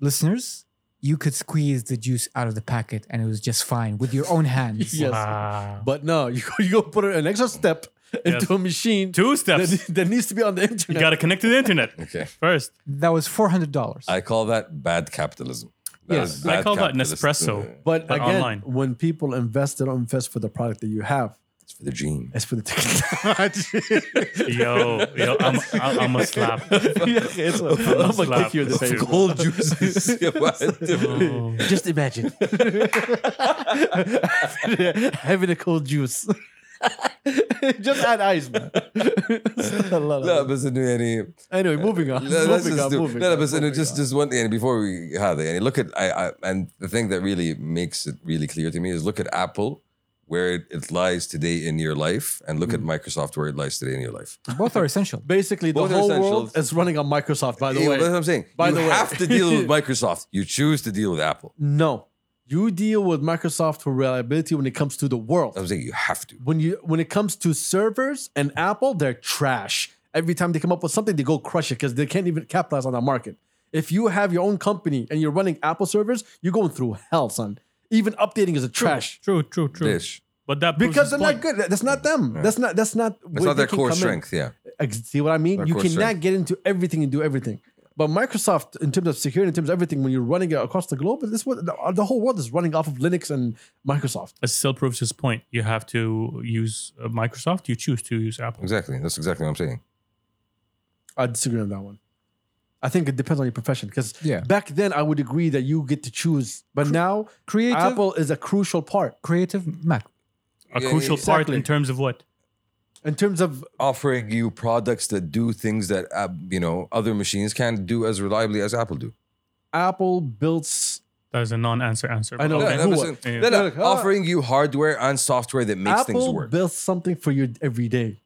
S1: listeners, you could squeeze the juice out of the packet, and it was just fine with your own hands.
S3: Yes.
S4: Wow.
S3: But no, you, you go put an extra step
S4: Yes.
S3: into a machine
S4: Two steps.
S3: that, that needs to be on the internet.
S4: You got to connect to the internet
S2: Okay.
S4: first.
S1: That was four hundred dollars.
S2: I call that bad capitalism. That
S1: Yes.
S2: is
S4: I
S2: bad
S4: call that
S2: capitalist-
S4: Nespresso.
S3: But,
S4: But
S3: again,
S4: online.
S3: when people invest, they don't invest for the product that you have.
S2: It's for the gene.
S3: It's for the technology.
S4: Yo, yo, I'm, I'm a slap.
S3: it's a, I'm gonna kick you in the
S4: Slap.
S3: face.
S2: Gold juices. What?
S4: Oh.
S3: Just imagine having a cold juice. Just add ice, man. I love
S2: لا
S3: it.
S2: بس انه يعني
S3: anyway, moving on.
S2: لا that's
S3: moving
S2: just
S3: on.
S2: do-
S3: Moving
S2: لا لا
S3: on.
S2: بس انه
S3: moving
S2: just just one يعني before we هذا يعني look at I, I and the thing that really makes it really clear to me is look at Apple where it, it lies today in your life and look
S3: Hmm.
S2: at Microsoft where it lies today in your life.
S1: Both are essential.
S3: on. Basically, the
S2: Both are
S3: whole
S2: essentials.
S3: world is running on Microsoft. By the
S2: Yeah,
S3: way,
S2: that's what I'm saying.
S3: By
S2: you
S3: the way.
S2: have to deal with Microsoft. You choose to deal with Apple.
S3: no, you deal with Microsoft for reliability when it comes to the world.
S2: I'm saying you have to.
S3: when you when it comes to servers and Apple, they're trash. Every time they come up with something, they go crush it because they can't even capitalize on that market. If you have your own company and you're running Apple servers, you're going through hell, son. Even updating is a trash
S4: True, true, true.
S2: Dish.
S4: But that proves
S3: because
S4: his
S3: they're not
S4: point.
S3: good. That's not them. That's not that's not
S2: That's not their core strength. Yeah.
S3: See what I mean?
S2: Their
S3: you
S2: core
S3: cannot
S2: strength.
S3: get into everything and do everything. But Microsoft, in terms of security, in terms of everything, when you're running it across the globe, this what the, uh, the whole world is running off of Linux and Microsoft.
S4: It still proves his point. You have to use uh, Microsoft. You choose to use Apple.
S2: Exactly. That's exactly what I'm saying.
S3: I disagree on that one. I think it depends on your profession because
S1: Yeah.
S3: back then I would agree that you get to choose, but now
S1: Creative,
S3: Apple is a crucial part
S1: creative Mac.
S4: A
S2: Yeah,
S4: crucial part
S3: exactly.
S4: in terms of what?
S3: in terms of
S2: Offering you products that do things that uh, you know other machines can't do as reliably as Apple do.
S3: Apple builds.
S4: That is a non-answer answer.
S3: I know.
S4: Okay.
S2: No, no,
S3: who-
S2: listen,
S4: yeah.
S2: no, no,
S3: Look, uh,
S2: offering you hardware and software that makes things
S3: Apple
S2: work.
S3: builds something for your everyday.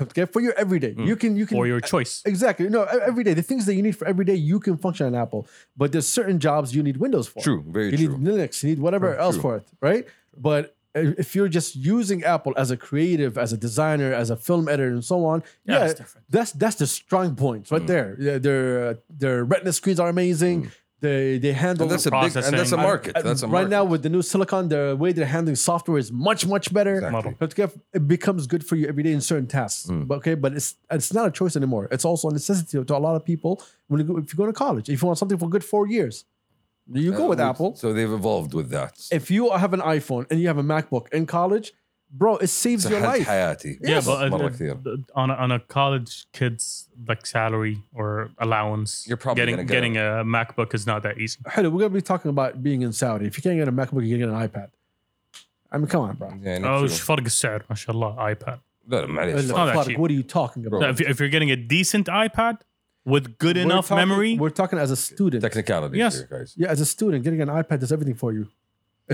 S3: Okay, for your everyday, you can you can
S4: Or your choice.
S3: exactly no e- everyday the things that you need for everyday you can function on Apple, but there's certain jobs you need Windows for.
S2: True, very
S3: you
S2: true.
S3: need Linux, you need whatever else
S2: true.
S3: for it, right? But i- if you're just using Apple as a creative, as a designer, as a film editor, and so on,
S4: Yeah,
S3: yeah,
S4: it's different.
S3: that's that's the strong points right
S2: Mm.
S3: there. Yeah, their uh, their retina screens are amazing. They they handle
S2: and that's a big and that's a
S4: Processing.
S2: market.
S3: uh,
S2: That's a
S3: right
S2: market.
S3: now with the new silicon, the way they're handling software is much much better.
S2: Exactly.
S3: But Kev, It becomes good for you every day in certain tasks.
S4: Mm.
S3: But Okay, but it's it's not a choice anymore. It's also a necessity to a lot of people. When you go, if you go to college, if you want something for good four years, you go with
S2: Uh,
S3: Apple.
S2: So they've evolved with that.
S3: If you have an iPhone and you have a MacBook in college, bro, it saves your
S2: صحة
S3: life.
S2: حياتي.
S4: Yeah, but uh,
S2: مرة
S4: uh,
S2: كثير.
S4: th- on a, on a college kid's like salary or allowance,
S2: You're probably
S4: getting
S2: gonna get
S4: getting a MacBook is not that easy.
S3: Hello, we're gonna be talking about being in Saudi. If you can't get a MacBook, you can get an iPad. I mean, come on, bro.
S2: Yeah, not
S4: Oh,
S2: true.
S4: ايش فرق السعر ما شاء الله iPad.
S2: لا لا معليش
S4: not that
S3: Fuck,
S4: cheap.
S3: what are you talking about?
S4: No, if, you- if you're getting a decent iPad, with good
S3: We're
S4: enough
S3: talking-
S4: memory.
S3: We're talking as a student.
S2: Technicality.
S4: Yes.
S2: here, guys.
S3: Yeah, as a student, getting an iPad does everything for you.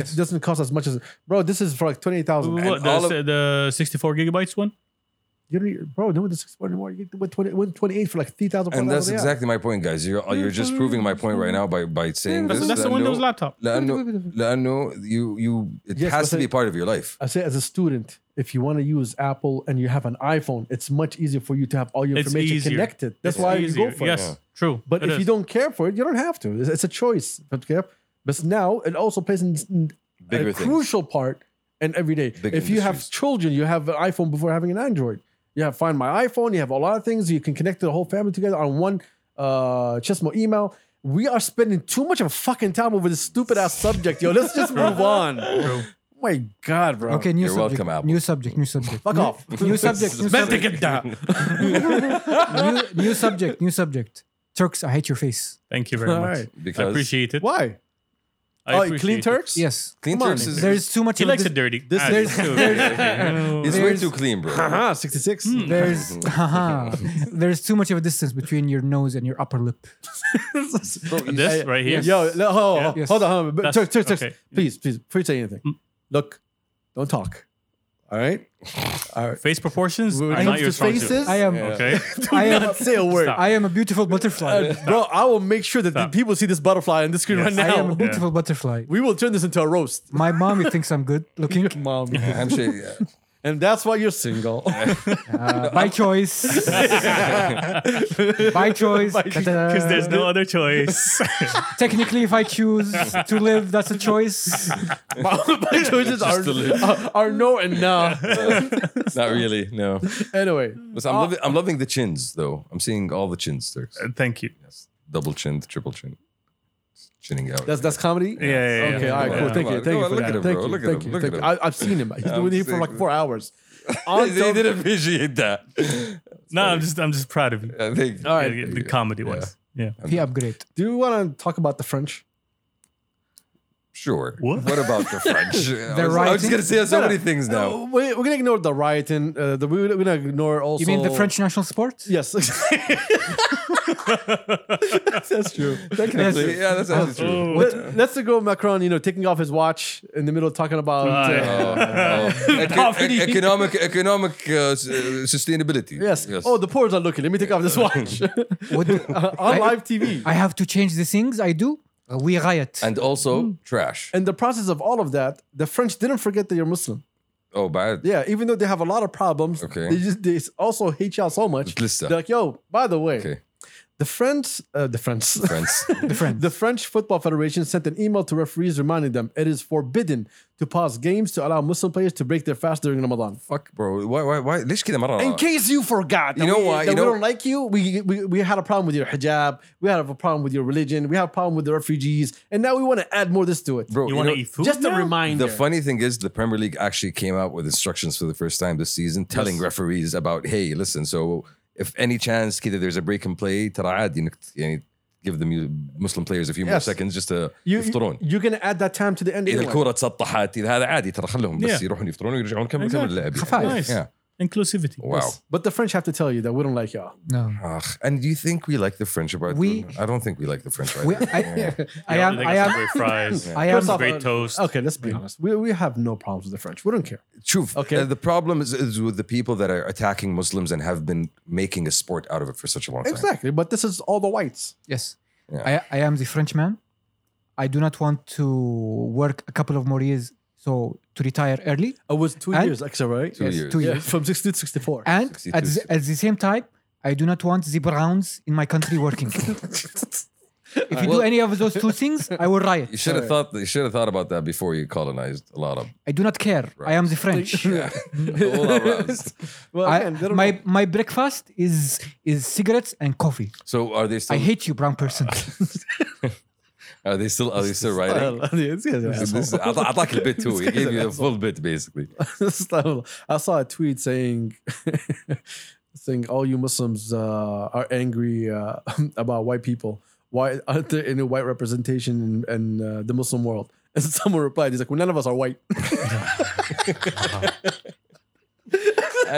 S3: It doesn't cost as much as bro. This is for like twenty eight thousand.
S4: What,
S2: all
S4: the, the 64 gigabytes one?
S3: You don't need, bro, don't do this anymore. You get with twenty with twenty eight for like three thousand.
S2: And that's exactly my point, guys. You're uh, you're just proving my point right now by by saying
S4: That's,
S2: this.
S4: that's the
S2: لأنه-
S4: Windows laptop.
S2: لأنه, لأنه you you it
S3: Yes,
S2: has to
S3: but
S2: be
S3: I-
S2: part of your life.
S3: I say as a student, if you want to use Apple and you have an iPhone, it's much easier for you to have all your
S4: It's
S3: information
S4: easier.
S3: connected. That's
S4: It's
S3: why you
S4: easier.
S3: go for
S4: Yes,
S3: it.
S4: true.
S3: But
S4: It
S3: if you
S4: is.
S3: don't care for it, you don't have to. It's, it's a choice. But care. But now it also plays in- in
S2: Bigger
S3: a
S2: things.
S3: crucial part in everyday.
S2: Big
S3: if you have
S2: industries.
S3: children, you have an iPhone before having an Android. You have Find My iPhone. You have a lot of things. You can connect the whole family together on one uh Chismo email. We are spending too much of fucking time over this stupid ass subject, yo. Let's just move on. My God, bro.
S1: Okay, new
S2: Oh, You're
S1: subject.
S2: welcome, Apple.
S1: New subject. New subject.
S3: Fuck
S1: new,
S3: off.
S1: New subject. New
S4: Meant to
S1: subject.
S4: get down.
S1: new, new subject. New subject. Turks, I hate your face.
S4: Thank you very
S3: All
S4: much.
S3: right.
S2: Because
S4: I appreciate it.
S3: Why?
S4: I
S3: Oh,
S4: appreciate
S3: clean
S4: it.
S3: Turks.
S1: Yes.
S2: clean
S3: Come on,
S2: turks is
S1: There is too much.
S4: He
S1: of
S4: likes
S1: this,
S4: it dirty.
S3: this-
S4: Ah,
S1: there's-
S4: it's okay.
S2: it's way
S1: there's-
S2: too clean, bro.
S3: Ah, sixty six.
S4: Hmm.
S1: There's haha. there's too much of a distance between your nose and your upper lip.
S4: this right here.
S3: Yo, le- hold, hold, hold,
S1: Yes.
S3: hold on, hold on. But
S4: That's-
S3: Turk, Turk, Turk,
S4: okay.
S3: Please, please, before you say anything,
S2: Mm.
S3: look, don't talk. All right? All right.
S4: Face proportions
S3: When it
S4: are not
S3: comes
S4: your
S3: to
S4: strong
S3: faces,
S4: suit.
S1: I am.
S4: Okay.
S1: I
S3: do
S1: am.
S3: not say a word.
S4: Stop.
S1: I am a beautiful butterfly.
S3: Bro, I will make sure that the
S4: Stop.
S3: people see this butterfly on the screen
S4: Yes.
S3: right
S1: I
S3: now.
S1: am a beautiful butterfly.
S3: we will turn this into a roast.
S1: My mommy thinks I'm good looking
S3: Mom.
S2: I'm sure. yeah.
S3: and that's why you're single.
S1: uh, by choice. by choice.
S3: By-
S1: Ta-ta.
S4: Because there's
S3: uh,
S4: no other choice.
S1: Technically, if I choose to live, that's a choice.
S3: My choices are,
S2: to live.
S3: are, are no and no.
S2: Not really. No.
S3: Anyway,
S2: But I'm, loving, I'm loving the chins, though. I'm seeing all the chins, Turks.
S4: Thank you.
S2: Yes. Double chin, triple chin. Chinning out.
S3: that's that's comedy?
S4: Yeah, yeah, yeah.
S3: Okay, all right,
S2: Yeah.
S3: cool.
S2: Come
S3: Thank
S2: on,
S3: you.
S2: come
S3: Thank you
S2: on,
S3: for
S2: look at
S3: that.
S2: him,
S3: Thank
S2: bro,
S3: you.
S2: look at
S3: Thank
S2: him,
S3: you.
S2: look
S3: Thank
S2: at
S3: you.
S2: him.
S3: I- I've seen him. He's
S2: I'm
S3: doing it for
S2: sick.
S3: like four hours.
S2: They
S3: On top-
S2: didn't appreciate that.
S4: No, I'm just I'm just proud of you.
S2: I think.
S3: All right.
S4: Yeah, the comedy ones. Yeah.
S1: If you upgrade.
S3: Do you want to talk about the French?
S2: Sure.
S4: What?
S2: about the French? I was, I was
S1: rioting?
S2: just gonna say so
S3: No, no.
S2: many things
S3: Uh,
S2: now.
S3: we- we're gonna ignore the rioting. Uh, the, we're gonna ignore also.
S1: You mean the French national sport?
S3: Yes, that's true.
S2: Technically, yeah, that's that's true.
S4: Oh.
S3: Let, let's go Macron. You know, taking off his watch in the middle, talking about.
S4: Ah,
S3: uh,
S4: yeah.
S2: Oh, oh. Eco- e- economic economic uh, s- uh, sustainability.
S3: Yes. Oh, the poor's are looking. Let me take off this watch
S1: What do-
S3: on live TV.
S1: I have to change the things I do. Uh, We riot.
S2: and also
S3: Mm.
S2: trash.
S3: In the process of all of that, the French didn't forget that you're Muslim.
S2: Oh, bad.
S3: Yeah, even though they have a lot of problems,
S2: Okay.
S3: they just they also hate y'all so much.
S2: Just list that.
S3: They're like, yo, by the way,
S2: Okay.
S3: the French, uh, the French,
S2: Friends.
S1: the friends.
S3: The French Football Federation sent an email to referees reminding them it is forbidden to pause games to allow Muslim players to break their fast during Ramadan.
S2: Fuck, bro. Why? Why? Why? ليش كده مرة؟
S3: In case you forgot, that
S2: You know
S3: we,
S2: why- you
S3: that we
S2: know-
S3: don't like you. We, we we had a problem with your hijab. We had a problem with your religion. We have a problem with the refugees, and now we want to add more this to it.
S2: bro.
S4: You
S2: you
S4: want
S2: know,
S4: to eat food?
S3: Just a
S4: now?
S3: reminder.
S2: The funny thing is, the Premier League actually came out with instructions for the first time this season, telling referees about, hey, listen, so if any chance كده there's a break in play, ترى عادي إنك ت- يعني give the mu- Muslim players a few more
S3: Yes.
S2: seconds just to
S3: you,
S2: يفطرون.
S3: you, are gonna add that time to the end.
S2: إذا
S3: anyway.
S2: الكرة تسطحت إذا هذا عادي ترى خلهم بس
S4: Yeah.
S2: يروحون يفطرون ويرجعون كمل
S4: Exactly.
S2: كمل اللعب. يعني.
S1: خفايف.
S4: Nice.
S2: Yeah.
S4: Inclusivity.
S2: Wow.
S3: But the French have to tell you that we don't like y'all.
S1: no.
S2: Ugh. And do you think we like the French about?
S1: We-
S2: I don't think we like the French. Right
S1: We, I, I am. I am.
S4: fries.
S1: I am.
S3: First off,
S4: Great
S3: uh,
S4: toast.
S3: Okay, let's be honest. We, we have no problems with the French. We don't care.
S2: Truth.
S3: Okay.
S2: Uh, the problem is, is with the people that are attacking Muslims and have been making a sport out of it for such a long time.
S3: Exactly. But this is all the whites.
S1: Yes.
S2: Yeah.
S1: I, I am the Frenchman. I do not want to work a couple of more years, so to retire early.
S3: It was two
S1: And-
S3: years extra, right?
S2: Two
S1: yes,
S2: years.
S1: two
S3: Yeah,
S1: years.
S3: from 60 to 64.
S1: And at
S2: 62.
S1: the, at the same time, I do not want the Browns in my country working. if you do any of those two things, I will
S2: You
S1: riot.
S2: should have thought. You should have thought about that before you colonized a lot of.
S1: I do not care. I am the French.
S2: all around.
S3: well,
S1: I-
S3: again, they don't
S1: my
S3: know.
S1: my breakfast is is cigarettes and coffee.
S2: so are they
S1: I
S2: still?
S1: hate you, brown person.
S2: Are they still? Are they still writing?
S3: These guys are
S2: This is- I I like a bit too. He gave you a full bit basically.
S3: assholes. I saw a tweet saying, saying all you Muslims uh, are angry uh, about white people. Why aren't there any white representation in, in uh, the Muslim world? And someone replied, he's like, well, none of us are white.
S2: I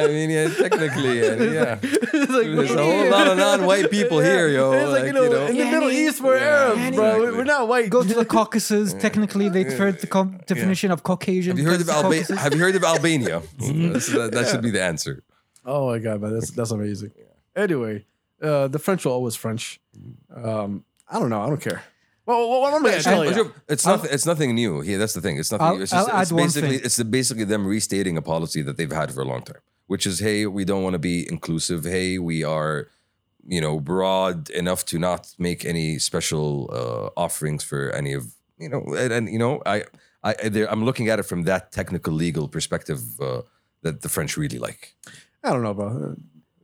S2: I mean, yeah, technically, and, yeah.
S3: It's like,
S2: There's
S3: look
S2: a
S3: at
S2: whole
S3: you.
S2: lot of non-white people here, yo.
S3: It's like, you know, in the
S1: Yeah,
S3: Middle
S1: yeah,
S3: East, we're
S2: yeah,
S3: Arabs,
S1: yeah,
S3: bro.
S2: exactly.
S3: We're not white.
S1: Go to the Caucasus. Technically, they prefer the com- definition of Caucasian.
S2: Have you heard of
S1: because
S2: Alba-
S1: Caucasus-
S2: Have you heard of Albania? That's- that, that should be the answer.
S3: Oh my god, man, that's that's amazing. Anyway, uh, the French will always French. Um, I don't know. I don't care. Well, what, what am I gonna tell you?
S2: It's not. It's nothing new. Here, that's the thing. It's nothing.
S1: I'll-
S2: new. It's, just,
S1: I'll
S2: it's
S1: add one
S2: basically.
S1: thing.
S2: It's the, basically them restating a policy that they've had for a long time, which is, hey, we don't want to be inclusive. Hey, we are, you know, broad enough to not make any special uh, offerings for any of you know, and, and you know, I, I, there, I'm looking at it from that technical legal perspective uh, that the French really like.
S3: I don't know, bro.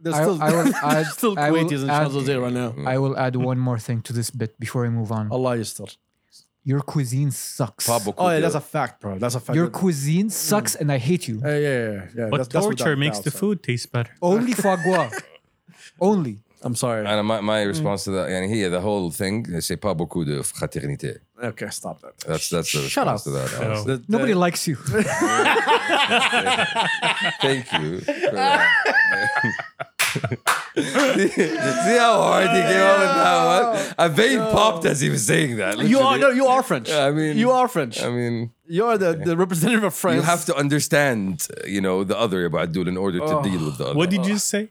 S3: There's
S1: I-
S3: still,
S1: I will
S3: there's
S1: add-
S3: still
S1: I will
S3: Kuwaitis in
S1: add-
S3: San Jose right now.
S1: I will add one more thing to this bit before I move on.
S3: Allah is still.
S1: Your cuisine sucks.
S2: Pas beaucoup
S3: Oh yeah,
S2: de-
S3: that's a fact, bro. That's a fact.
S1: Your cuisine sucks, and I hate you.
S2: Mm.
S3: Uh, yeah, yeah, yeah. yeah.
S4: But
S3: that's, that's
S4: torture
S3: without
S4: makes
S3: doubt,
S4: the
S3: so.
S4: food taste better.
S3: Oh,
S1: Only foie gras. Only.
S3: I'm sorry.
S2: And my, my
S3: Mm.
S2: response to that, and here the whole thing, c'est pas beaucoup de fraternité.
S3: Okay, stop that.
S2: That's that's the
S3: Shut
S2: response to
S3: up.
S2: that. honestly.
S4: So,
S3: The-
S1: Nobody
S3: the-
S1: likes you.
S2: Thank you. for that. See how hard he came up with that one? A vein popped as he was saying that.
S3: You are no,
S2: literally.
S3: you are French.
S2: Yeah, I mean-
S3: you are French.
S2: I mean,
S3: you are the, the representative of France.
S2: you have to understand, uh, you know, the other about dude in order
S3: Oh.
S2: to deal with the other.
S4: what did you say?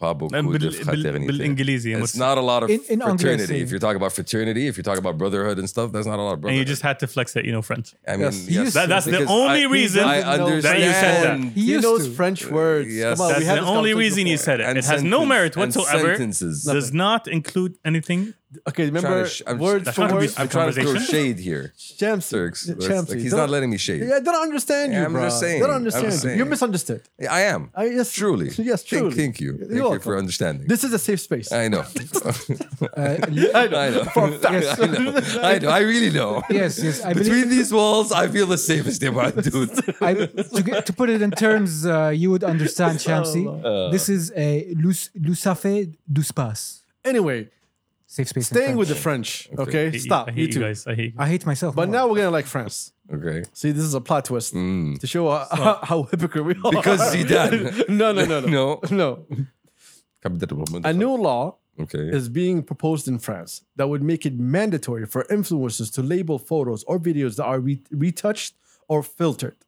S2: Pas beaucoup
S4: Um,
S2: de
S4: بال-
S2: fraternité.
S4: بال- بالإنجليزي.
S2: It's
S4: What's-
S2: not a lot of
S1: In- in English,
S2: fraternity.
S1: yeah.
S2: If you're talking about fraternity, if you're talking about brotherhood and stuff, there's not a lot of
S4: And
S2: brotherhood.
S4: you just had to flex that you know French.
S3: Oh,
S2: I mean,
S3: Yes.
S2: yes,
S4: That- that's the
S2: because
S4: only
S2: I-
S4: reason
S2: I
S3: that you said
S2: understand.
S1: He
S3: He,
S1: used
S3: knows
S1: to.
S3: French words.
S2: yes.
S3: Come on,
S4: That's
S3: we had
S4: the
S3: this
S4: only
S3: conversation
S4: reason you
S3: before.
S4: said it. It
S2: And
S4: has no
S2: sentence-
S4: merit
S2: and
S4: whatsoever.
S2: sentences.
S4: Does not include anything.
S3: Okay, remember
S2: Trying to sh- I'm
S3: word
S2: just-
S3: for
S4: I'm trying to be-
S3: word.
S2: I'm trying to throw
S4: conversation?
S2: shade here.
S3: Champs,
S2: Turks.
S3: Yeah,
S2: That's- like,
S3: Champsy.
S2: he's
S3: Don't-
S2: not letting me shade.
S3: Yeah, I don't understand you,
S2: Yeah, I'm
S3: bro.
S2: just saying.
S3: Don't
S2: I'm
S3: understand.
S2: just
S3: you.
S2: saying.
S3: You're misunderstood.
S2: I am.
S3: I- yes,
S2: truly.
S3: yes,
S2: Thank-
S3: truly.
S2: Thank, you.
S3: You're
S2: Thank you
S3: welcome.
S2: for understanding.
S3: This is a safe space.
S2: I know.
S1: Uh, li-
S2: I know. I know. I know. I really know.
S1: yes, yes. I believe.
S2: Between these walls, I feel the safest about dudes.
S1: I, to, get, to put it in terms uh, you would understand, Shamsi, this is a lus- lusafe d'espace.
S3: Anyway,
S1: Safe space. in
S3: staying with the
S1: French.
S3: French.
S2: Okay.
S3: Okay,
S4: I hate-
S3: stop.
S4: I
S3: you
S4: hate you
S3: too.
S4: guys. I hate you.
S1: I hate myself.
S3: But
S1: more.
S3: now we're gonna like France.
S2: Okay.
S3: See, this is a plot twist
S2: Mm.
S3: to show how, how, how hypocrite we are.
S2: Because Zidane.
S3: no, no, no, no,
S2: No.
S3: no. A new law
S2: Okay.
S3: is being proposed in France that would make it mandatory for influencers to label photos or videos that are re- retouched or filtered.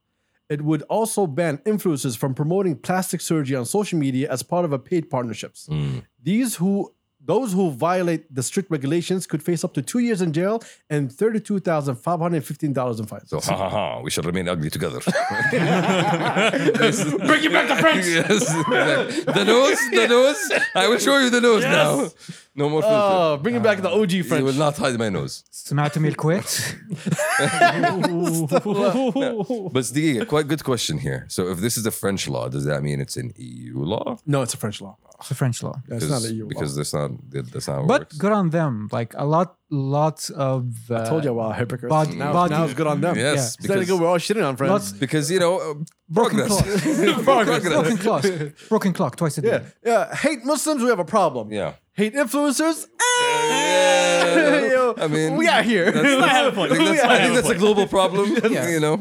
S3: It would also ban influencers from promoting plastic surgery on social media as part of a paid partnerships.
S2: Mm.
S3: These who those who violate the strict regulations could face up to two years in jail and thirty-two thousand five hundred fifteen dollars in fines.
S2: So, ha ha ha, we shall remain ugly together.
S3: Bring it back to France.
S2: yes. The nose, the nose. I will show you the nose
S3: Yes.
S2: now. No more filter.
S3: Oh, bring it back the OG
S2: You will
S3: French.
S2: not hide my nose.
S1: سمعتم الكويت؟
S2: But Diego, quite good question here. So if this is a French law, does that mean it's an EU law?
S3: No, it's a French law.
S1: It's a French law.
S3: It's not a EU
S2: because
S3: law.
S2: that's not that- that's not how
S1: But
S2: it works.
S1: good on them. Like a lot, lots of. Uh,
S3: I told you about hypocrites.
S1: Body-
S3: now,
S1: body-
S3: now it's good on them.
S2: yes,
S3: It's not like
S2: because,
S3: we're all shitting on France.
S1: Lots-
S2: because you know uh,
S1: broken
S2: progress.
S1: clock. broken clock. Broken clock twice a day.
S3: Yeah, yeah. Hate Muslims, we have a problem.
S2: yeah.
S3: Hate influencers,
S2: Yeah.
S3: Yo,
S2: I mean,
S3: we out here.
S4: I have a
S2: I
S4: point.
S2: think that's,
S4: I
S2: I
S4: have
S2: think
S4: a
S2: that's a
S4: point.
S2: global problem.
S1: Yeah.
S2: You know,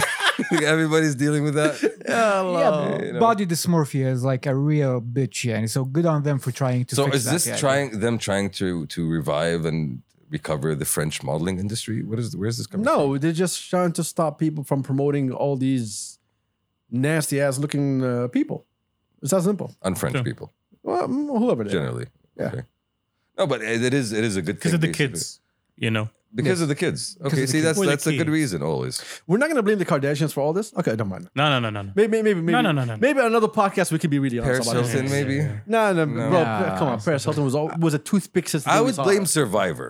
S2: everybody's dealing with that.
S1: Yeah,
S2: you know.
S1: body dysmorphia is like a real bitch, yeah. And so good on them for trying to.
S2: So
S1: fix
S2: is
S1: that,
S2: this
S1: yeah,
S2: trying them trying to to revive and recover the French modeling industry? What is where's this coming? from?
S3: No, they're just trying to stop people from promoting all these nasty ass looking uh, people. It's that simple.
S2: unFrench
S4: Sure.
S2: people
S3: Well, mm, whoever they are.
S2: generally.
S3: Yeah.
S2: Okay. No, but it it is it is a good
S4: Because
S2: thing
S4: of the
S2: basically.
S4: kids, you know.
S2: Because of the kids.
S1: of
S2: Okay,
S1: the
S2: see
S1: kids.
S2: that's
S4: Or the
S2: that's a good
S4: kids.
S2: reason always.
S3: We're not gonna blame the Kardashians for all this. Okay, don't mind.
S4: No, no, no, no, no.
S3: Maybe, maybe, maybe.
S4: No, no, no, no, no.
S3: Maybe another podcast we could be really honest
S2: Paris
S3: about.
S2: Hilton
S3: it.
S4: yeah,
S2: maybe.
S4: yeah.
S3: No, no,
S2: No.
S3: bro.
S1: Nah.
S3: come on. Paris Hilton was all, was a toothpick since the
S2: I
S3: day we
S2: would
S3: saw
S2: blame
S3: her.
S2: Survivor.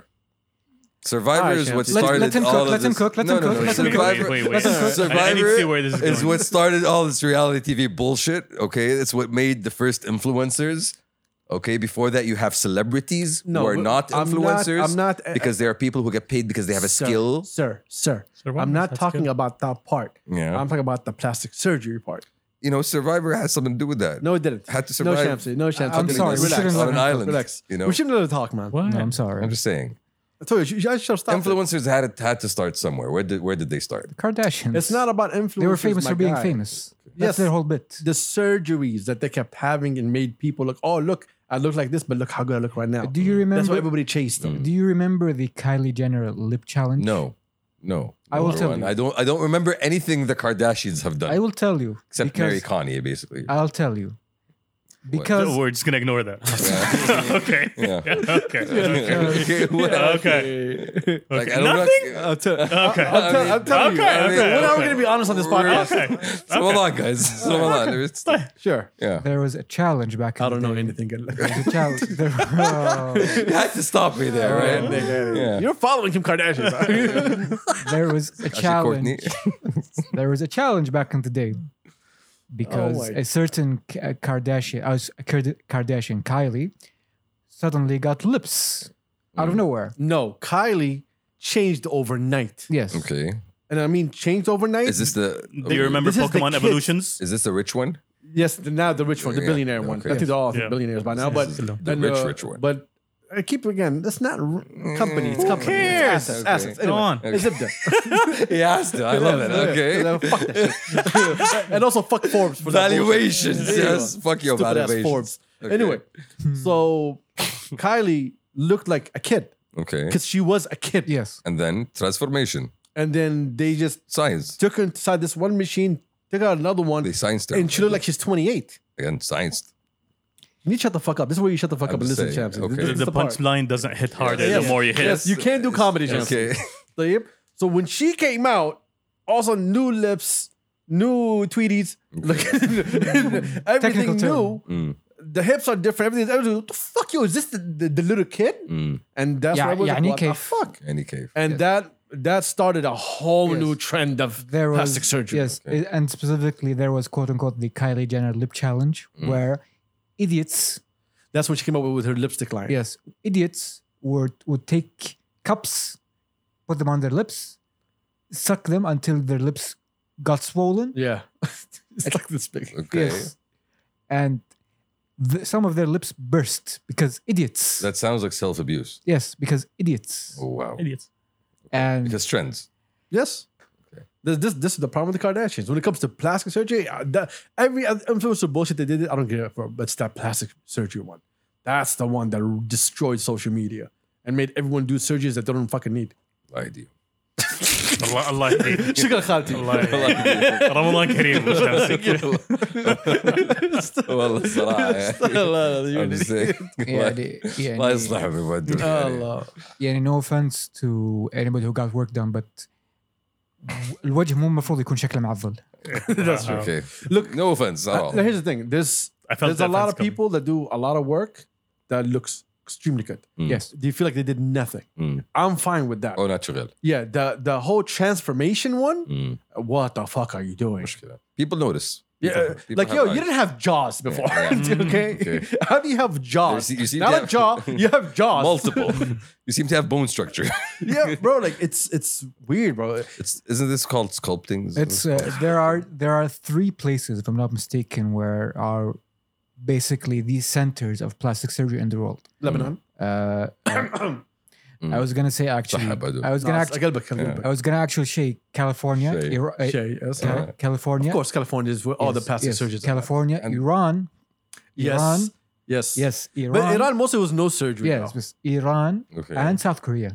S2: Survivor
S3: Alright,
S2: is
S3: Shamsi.
S2: what
S3: Let-
S2: started
S1: let him
S2: all
S1: cook,
S2: of
S1: let him
S2: this-
S1: cook, let
S2: no,
S1: him
S2: no,
S1: cook,
S2: no.
S1: let him cook.
S2: Survivor,
S4: Wait, wait,
S1: Let
S4: wait.
S1: him cook.
S2: Survivor
S4: I- I need to see where this is going.
S2: what started all this reality TV bullshit. Okay, it's what made the first influencers. Okay, before that you have celebrities
S3: No,
S2: who are
S3: but
S2: not
S3: I'm not-
S2: influencers.
S3: I'm not-
S2: because there are people who get paid because they have a
S3: Sir,
S2: skill.
S3: Sir, sir.
S4: Sir, what
S3: I'm
S4: was
S3: not
S4: that
S3: talking
S4: skill?
S3: about that part.
S2: Yeah.
S3: I'm talking about the plastic surgery part.
S2: You know, Survivor has something to do with that.
S3: No, it didn't.
S2: Had to
S3: No,
S2: survive.
S3: Shamsi. No, Shamsi.
S1: I'm
S3: Relax.
S1: sorry, we
S3: Relax.
S1: shouldn't let
S2: on an
S1: him-
S2: island.
S3: Relax.
S2: You know,
S3: We shouldn't let her talk, man.
S4: What?
S1: No, I'm sorry.
S2: I'm just saying.
S3: I told you, you guys should stop. it.
S2: Influencers had had to start somewhere. Where did where did they start?
S1: Kardashians.
S3: It's not about influencers.
S1: They were famous
S3: my
S1: for being
S3: guy.
S1: famous.
S3: Yes.
S1: That's their whole bit.
S3: The surgeries that they kept having and made people look, oh, look, I look like this, but look how good I look right now.
S1: Do you remember?
S3: That's why everybody chased them.
S1: Do you remember the Kylie Jenner lip challenge?
S2: No, no.
S1: I will
S2: Number
S1: tell
S2: one.
S1: you.
S2: I don't. I don't remember anything the Kardashians have done
S1: I will tell you.
S2: except
S1: because
S2: Mary Connie, basically.
S1: I'll tell you. Because
S4: Oh, We're just gonna ignore that. okay.
S2: Yeah.
S4: okay. Okay.
S2: okay, what?
S4: Okay.
S2: Like, I
S4: okay.
S2: don't know- Uh,
S4: Nothing.
S3: I'll tell, okay.
S4: Okay.
S3: I'll tell, I'll tell you.
S4: Okay,
S3: I mean,
S4: okay,
S3: We're not
S4: okay.
S3: going to be honest on this
S2: We're-
S3: podcast.
S4: Okay.
S2: So hold on, guys. So hold on. It's-
S3: Sure.
S2: yeah.
S1: there was a challenge back. in
S3: I don't
S1: the
S3: know
S1: day.
S3: anything good.
S1: The challenge. There, oh,
S2: You had to stop me there, right? Yeah.
S3: You're following Kim Kardashian. bro.
S1: there was a
S2: Actually, Courtney.
S1: challenge. There was a challenge back in the day because
S3: Oh my-
S1: a certain K- uh, Kardashian, uh, s- Kard- Kardashian Kylie, suddenly got lips out of
S2: Mm.
S1: nowhere.
S3: no, Kylie changed overnight.
S1: Yes.
S2: Okay.
S3: And I mean changed overnight.
S2: Is this the?
S4: Do you remember
S3: This is the
S4: Pokemon
S3: kids.
S4: Evolutions?
S2: Is this the rich one?
S3: Yes, the, now the rich one, the
S2: Yeah,
S3: billionaire one.
S2: okay.
S3: I think they're all
S4: Yeah.
S3: billionaires by now, but
S2: This is the- the
S3: and,
S2: rich, rich one. Mm,
S3: But I keep again, that's not r- company. It's
S2: Who
S3: company. It's
S4: cares?
S3: assets.
S2: Okay.
S3: Assets.
S2: Go
S3: Anyway,
S4: on.
S3: It's Zipda.
S2: Yeah, I love it. Okay.
S3: Fuck that shit. and also fuck Forbes for that bullshit.
S2: Valuations.
S3: Yeah.
S2: Yes. Fuck your
S3: Stupid ass
S2: valuations.
S3: Forbes. Anyway, so Kylie looked like a kid
S2: Okay.
S3: because she was a kid.
S1: Yes.
S2: And then transformation.
S3: And then they just
S2: Science.
S3: took her inside this one machine, took out another one,
S2: They science
S3: and she looked like she's 28.
S2: again science.
S3: You need to shut the fuck up. This is where you shut the fuck
S2: I'm
S3: up and
S2: just
S3: listen,
S2: saying,
S3: champs.
S2: okay.
S3: This
S4: The,
S3: is
S4: the
S3: part.
S4: punchline doesn't hit harder
S3: Yes.
S4: the more you hit.
S3: Yes, you can't do comedy, champs.
S2: Okay.
S3: Tayyip. So when she came out, also new lips, new Tweeties, look,
S1: Technical
S3: everything
S1: term.
S3: new.
S2: Mm.
S3: The hips are different. Everything. everything what the fuck, yo? Is this the, the, the little kid?
S2: Mm.
S3: And that's
S1: Yeah,
S3: why I was
S1: yeah, E
S3: like,
S1: any
S3: what the
S1: case.
S3: fuck?
S2: Any cave.
S3: And
S2: Yes.
S3: that that started a whole new trend of
S1: there was
S3: plastic surgery.
S1: Yes,
S2: Okay.
S1: i- and specifically there was quote unquote the Kylie Jenner lip challenge
S2: Mm.
S1: where idiots,
S3: That's when she came up with her lipstick line.
S1: yes, idiots would would take cups, put them on their lips, suck them until their lips got swollen.
S3: Yeah. it's like this big.
S2: okay.
S1: Yes, and the, some of their lips burst because idiots.
S2: That sounds like self abuse.
S1: yes, because idiots.
S2: Oh wow.
S4: Idiots.
S1: And
S2: Because trends.
S3: Yes. This, this, this is the problem with the Kardashians. When it comes to plastic surgery, uh, that, every other influencer bullshit they did, I don't care for. But it's that plastic surgery one. That's the one that destroyed social media and made everyone do surgeries that they don't fucking need.
S2: Lie to you.
S4: Allah, Allah, Allah.
S3: Shukran Khalti.
S4: Ramadan Kareem.
S2: والله الصراحة يعني. I'm just saying.
S1: yeah,
S2: لا-
S1: the- yeah,
S2: لا
S1: the-
S2: يصلح بما يدل
S3: Oh,
S2: يعني.
S3: Allah.
S1: يعني no offense to anybody who got work done but الوجه مو المفروض يكون شكله معضل
S4: That's true.
S2: Okay.
S3: Look- uh,
S2: no offense at all.
S3: Now, here's the thing. There's
S4: Uh, I felt
S3: there's a
S4: that
S3: lot
S4: fence
S3: of people that do a lot of work that looks extremely good.
S2: Mm.
S1: Yes.
S3: Do you feel like they did nothing?
S2: Mm.
S3: I'm fine with that.
S2: Oh, natural.
S3: Yeah, the the whole transformation one.
S2: Mm.
S3: What the fuck are you doing?
S2: مشكلة. People notice.
S3: Yeah, uh,
S2: People- people
S3: like
S2: have
S3: yo,
S2: eyes.
S3: you didn't have jaws before,
S2: yeah. Mm,
S3: okay?
S2: Okay.
S3: How do you have jaws?
S2: You see- you see
S3: Not
S2: that-
S3: a jaw, you have jaws.
S2: multiple. you seem to have bone structure.
S3: yeah, bro. Like it's it's weird, bro.
S2: It's, isn't this called sculpting? Is
S1: it's uh,
S2: it called-
S1: there are there are three places if I'm not mistaken where are basically the centers of plastic surgery in the world
S2: Mm.
S3: Lebanon.
S1: uh, uh, I was gonna say actually
S2: صح بعدو.
S1: I was gonna
S3: No,
S1: act-
S3: قلبك- قلبك.
S1: I was gonna actually say California
S2: Say.
S1: Ira- uh,
S3: Shay, yes.
S1: Ca-
S2: Uh-huh.
S1: California
S3: Of course, California is where all the
S1: Yes,
S3: plastic
S1: yes.
S3: surgeons. are.
S1: California
S2: And-
S1: Iran
S3: Yes.
S1: Iran.
S3: Yes.
S1: yes Iran
S3: But Iran mostly was no surgery.
S1: yes
S3: though.
S1: yes, Iran
S2: Okay.
S1: and South Korea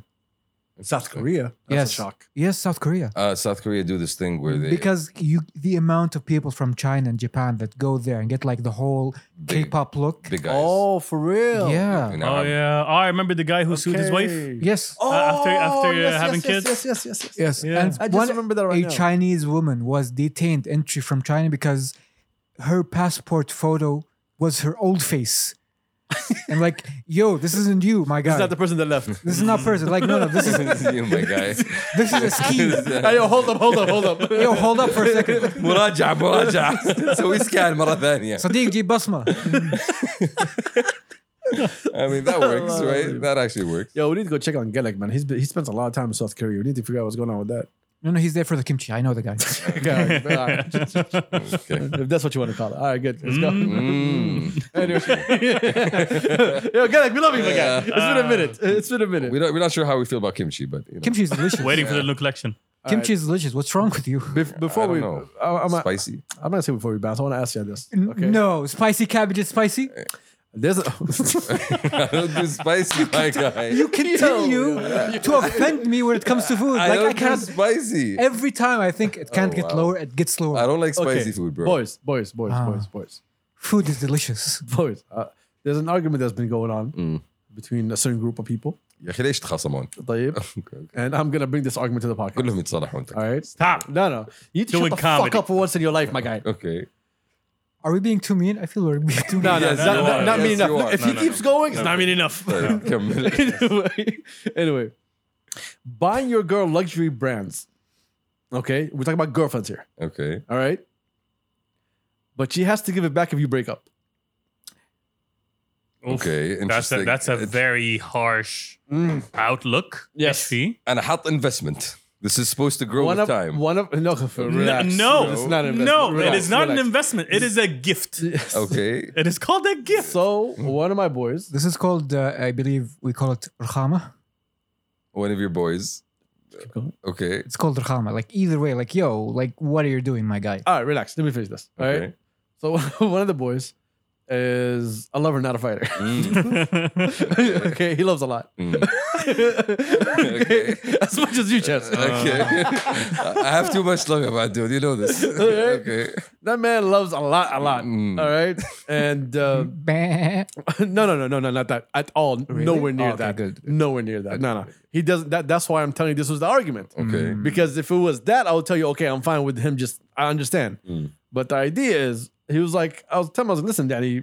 S3: South Korea. That's
S1: Yes.
S3: a shock.
S1: yes South Korea
S2: Uh, South Korea do this thing where they
S1: because you the amount of people from China and Japan that go there and get like the whole
S2: Big-
S1: K-pop look.
S2: big eyes.
S3: Oh, for real.
S1: yeah.
S2: You know,
S4: Oh
S2: I'm-
S4: yeah. Oh, I remember the guy who sued his wife.
S1: Yes.
S3: Oh,
S4: after- after, uh, having
S3: yes,
S4: kids?
S3: Yes, yes, yes, yes.
S1: yes.
S4: Yeah.
S1: And
S3: I just
S1: one,
S3: remember that right
S1: a
S3: now.
S1: Chinese woman was detained entry from China because her passport photo was her old face. and like, yo, this isn't you, my guy.
S3: Is that the person that left?
S1: this is not person. Like, no, no, this is
S2: you my guy.
S1: this is a scheme.
S3: Hey, yo, hold up, hold up, hold up.
S1: Yo, hold up for a second.
S2: مراجعة مراجعة سوي سكان مرة ثانية.
S1: صديق جيب بصمة.
S2: I mean that works, right? That actually works.
S3: Yo, we need to go check on Gelek, man. He's, he spends a lot of time in South Korea. We need to figure out what's going on with that.
S1: No, no, he's there for the kimchi. I know the guy.
S3: Okay, all right. Mm-hmm.
S2: Okay.
S3: if that's what you want to call it. All right, good. Let's
S2: Mm.
S3: go. Anyway. Yo, Galak, we love you, my guy. It's been a minute. It's been a minute.
S2: Uh, We don't, we're not sure how we feel about kimchi, but you know,
S1: kimchi is delicious.
S4: Waiting for the new collection.
S1: kimchi is delicious. What's wrong with you?
S3: Bef- before
S2: I don't
S3: we,
S2: know.
S3: I,
S1: uh,
S3: I'm, i
S2: spicy.
S3: I'm gonna say before we bounce. I want to ask you this.
S1: N- No, spicy cabbage is spicy.
S3: There's a
S2: I don't do spicy, my guy.
S1: You continue to offend me when it comes to food.
S2: I
S1: like
S2: don't
S1: I
S2: do
S1: can't.
S2: spicy.
S1: Every time I think it can't get
S2: Oh, wow. Uh,
S1: lower, it gets lower.
S2: I don't like spicy
S3: Okay,
S2: food, bro.
S3: boys, boys, boys,
S1: Ah.
S3: boys, boys,
S1: Food is delicious.
S3: boys. Uh, there's an argument that's been going on
S2: Mm.
S3: between a certain group of people.
S2: يا اخي ليش تخاصمون؟
S3: طيب, and I'm gonna bring this argument to the podcast.
S2: كلهم يتصالحون
S3: All right.
S4: Stop.
S3: No, no. You need to shut
S4: Doing
S3: the fuck
S4: comedy.
S3: up for once in your life, my guy.
S2: اوكي
S1: Are we being too mean? I feel we're being too mean.
S3: No, no,
S2: Yes,
S3: not,
S4: you
S3: not,
S4: are.
S3: not me
S2: Yes,
S3: enough.
S2: you are.
S3: If
S2: No,
S3: he
S4: no,
S3: keeps going, it's
S4: It's not mean enough.
S2: طيب كمل
S3: anyway, anyway, buying your girl luxury brands. Okay, we're talking about girlfriends here.
S2: اوكي
S3: All right, but she has to give it back if you break up.
S2: Okay,
S4: That's a,
S2: interesting.
S4: that's a
S2: It's-
S4: very harsh outlook.
S3: Mm. Yes.
S4: I see.
S2: انا حاط investment. This is supposed to grow
S3: one
S2: with
S3: of
S2: time.
S3: one of no, relax.
S4: no,
S3: it's not an
S4: no,
S3: investment. Relax,
S4: it is not an
S3: relax.
S4: investment. It is a gift.
S2: Okay.
S4: It is called a gift.
S3: So one of my boys,
S1: This is called, uh, I believe, we call it rkhama.
S2: One of your boys.
S3: going.
S2: Okay.
S1: It's called rkhama. Like either way, like yo, like what are you doing, my guy?
S3: all right, relax. Let me finish this. All right.
S2: Okay.
S3: So one of the boys is a lover, not a fighter.
S2: Mm.
S3: okay, he loves a lot.
S2: Mm.
S3: okay. As much as you, Chess.
S2: Okay. I have too much love about dude. You know this. Okay.
S3: That man loves a lot, a lot.
S2: Mm.
S3: All right. And
S2: Um,
S3: uh,
S1: Bah.
S3: no, no, no, no, no, not that at all. Nowhere near
S1: Oh, Okay,
S3: that.
S1: good.
S3: Nowhere near that. No, no. He doesn't. That, that's why I'm telling you this was the argument.
S2: Okay.
S3: Because if it was that, I would tell you, okay, I'm fine with him. Just I understand.
S2: Mm.
S3: But the idea is, he was like, I was telling him, I was like, listen, Danny,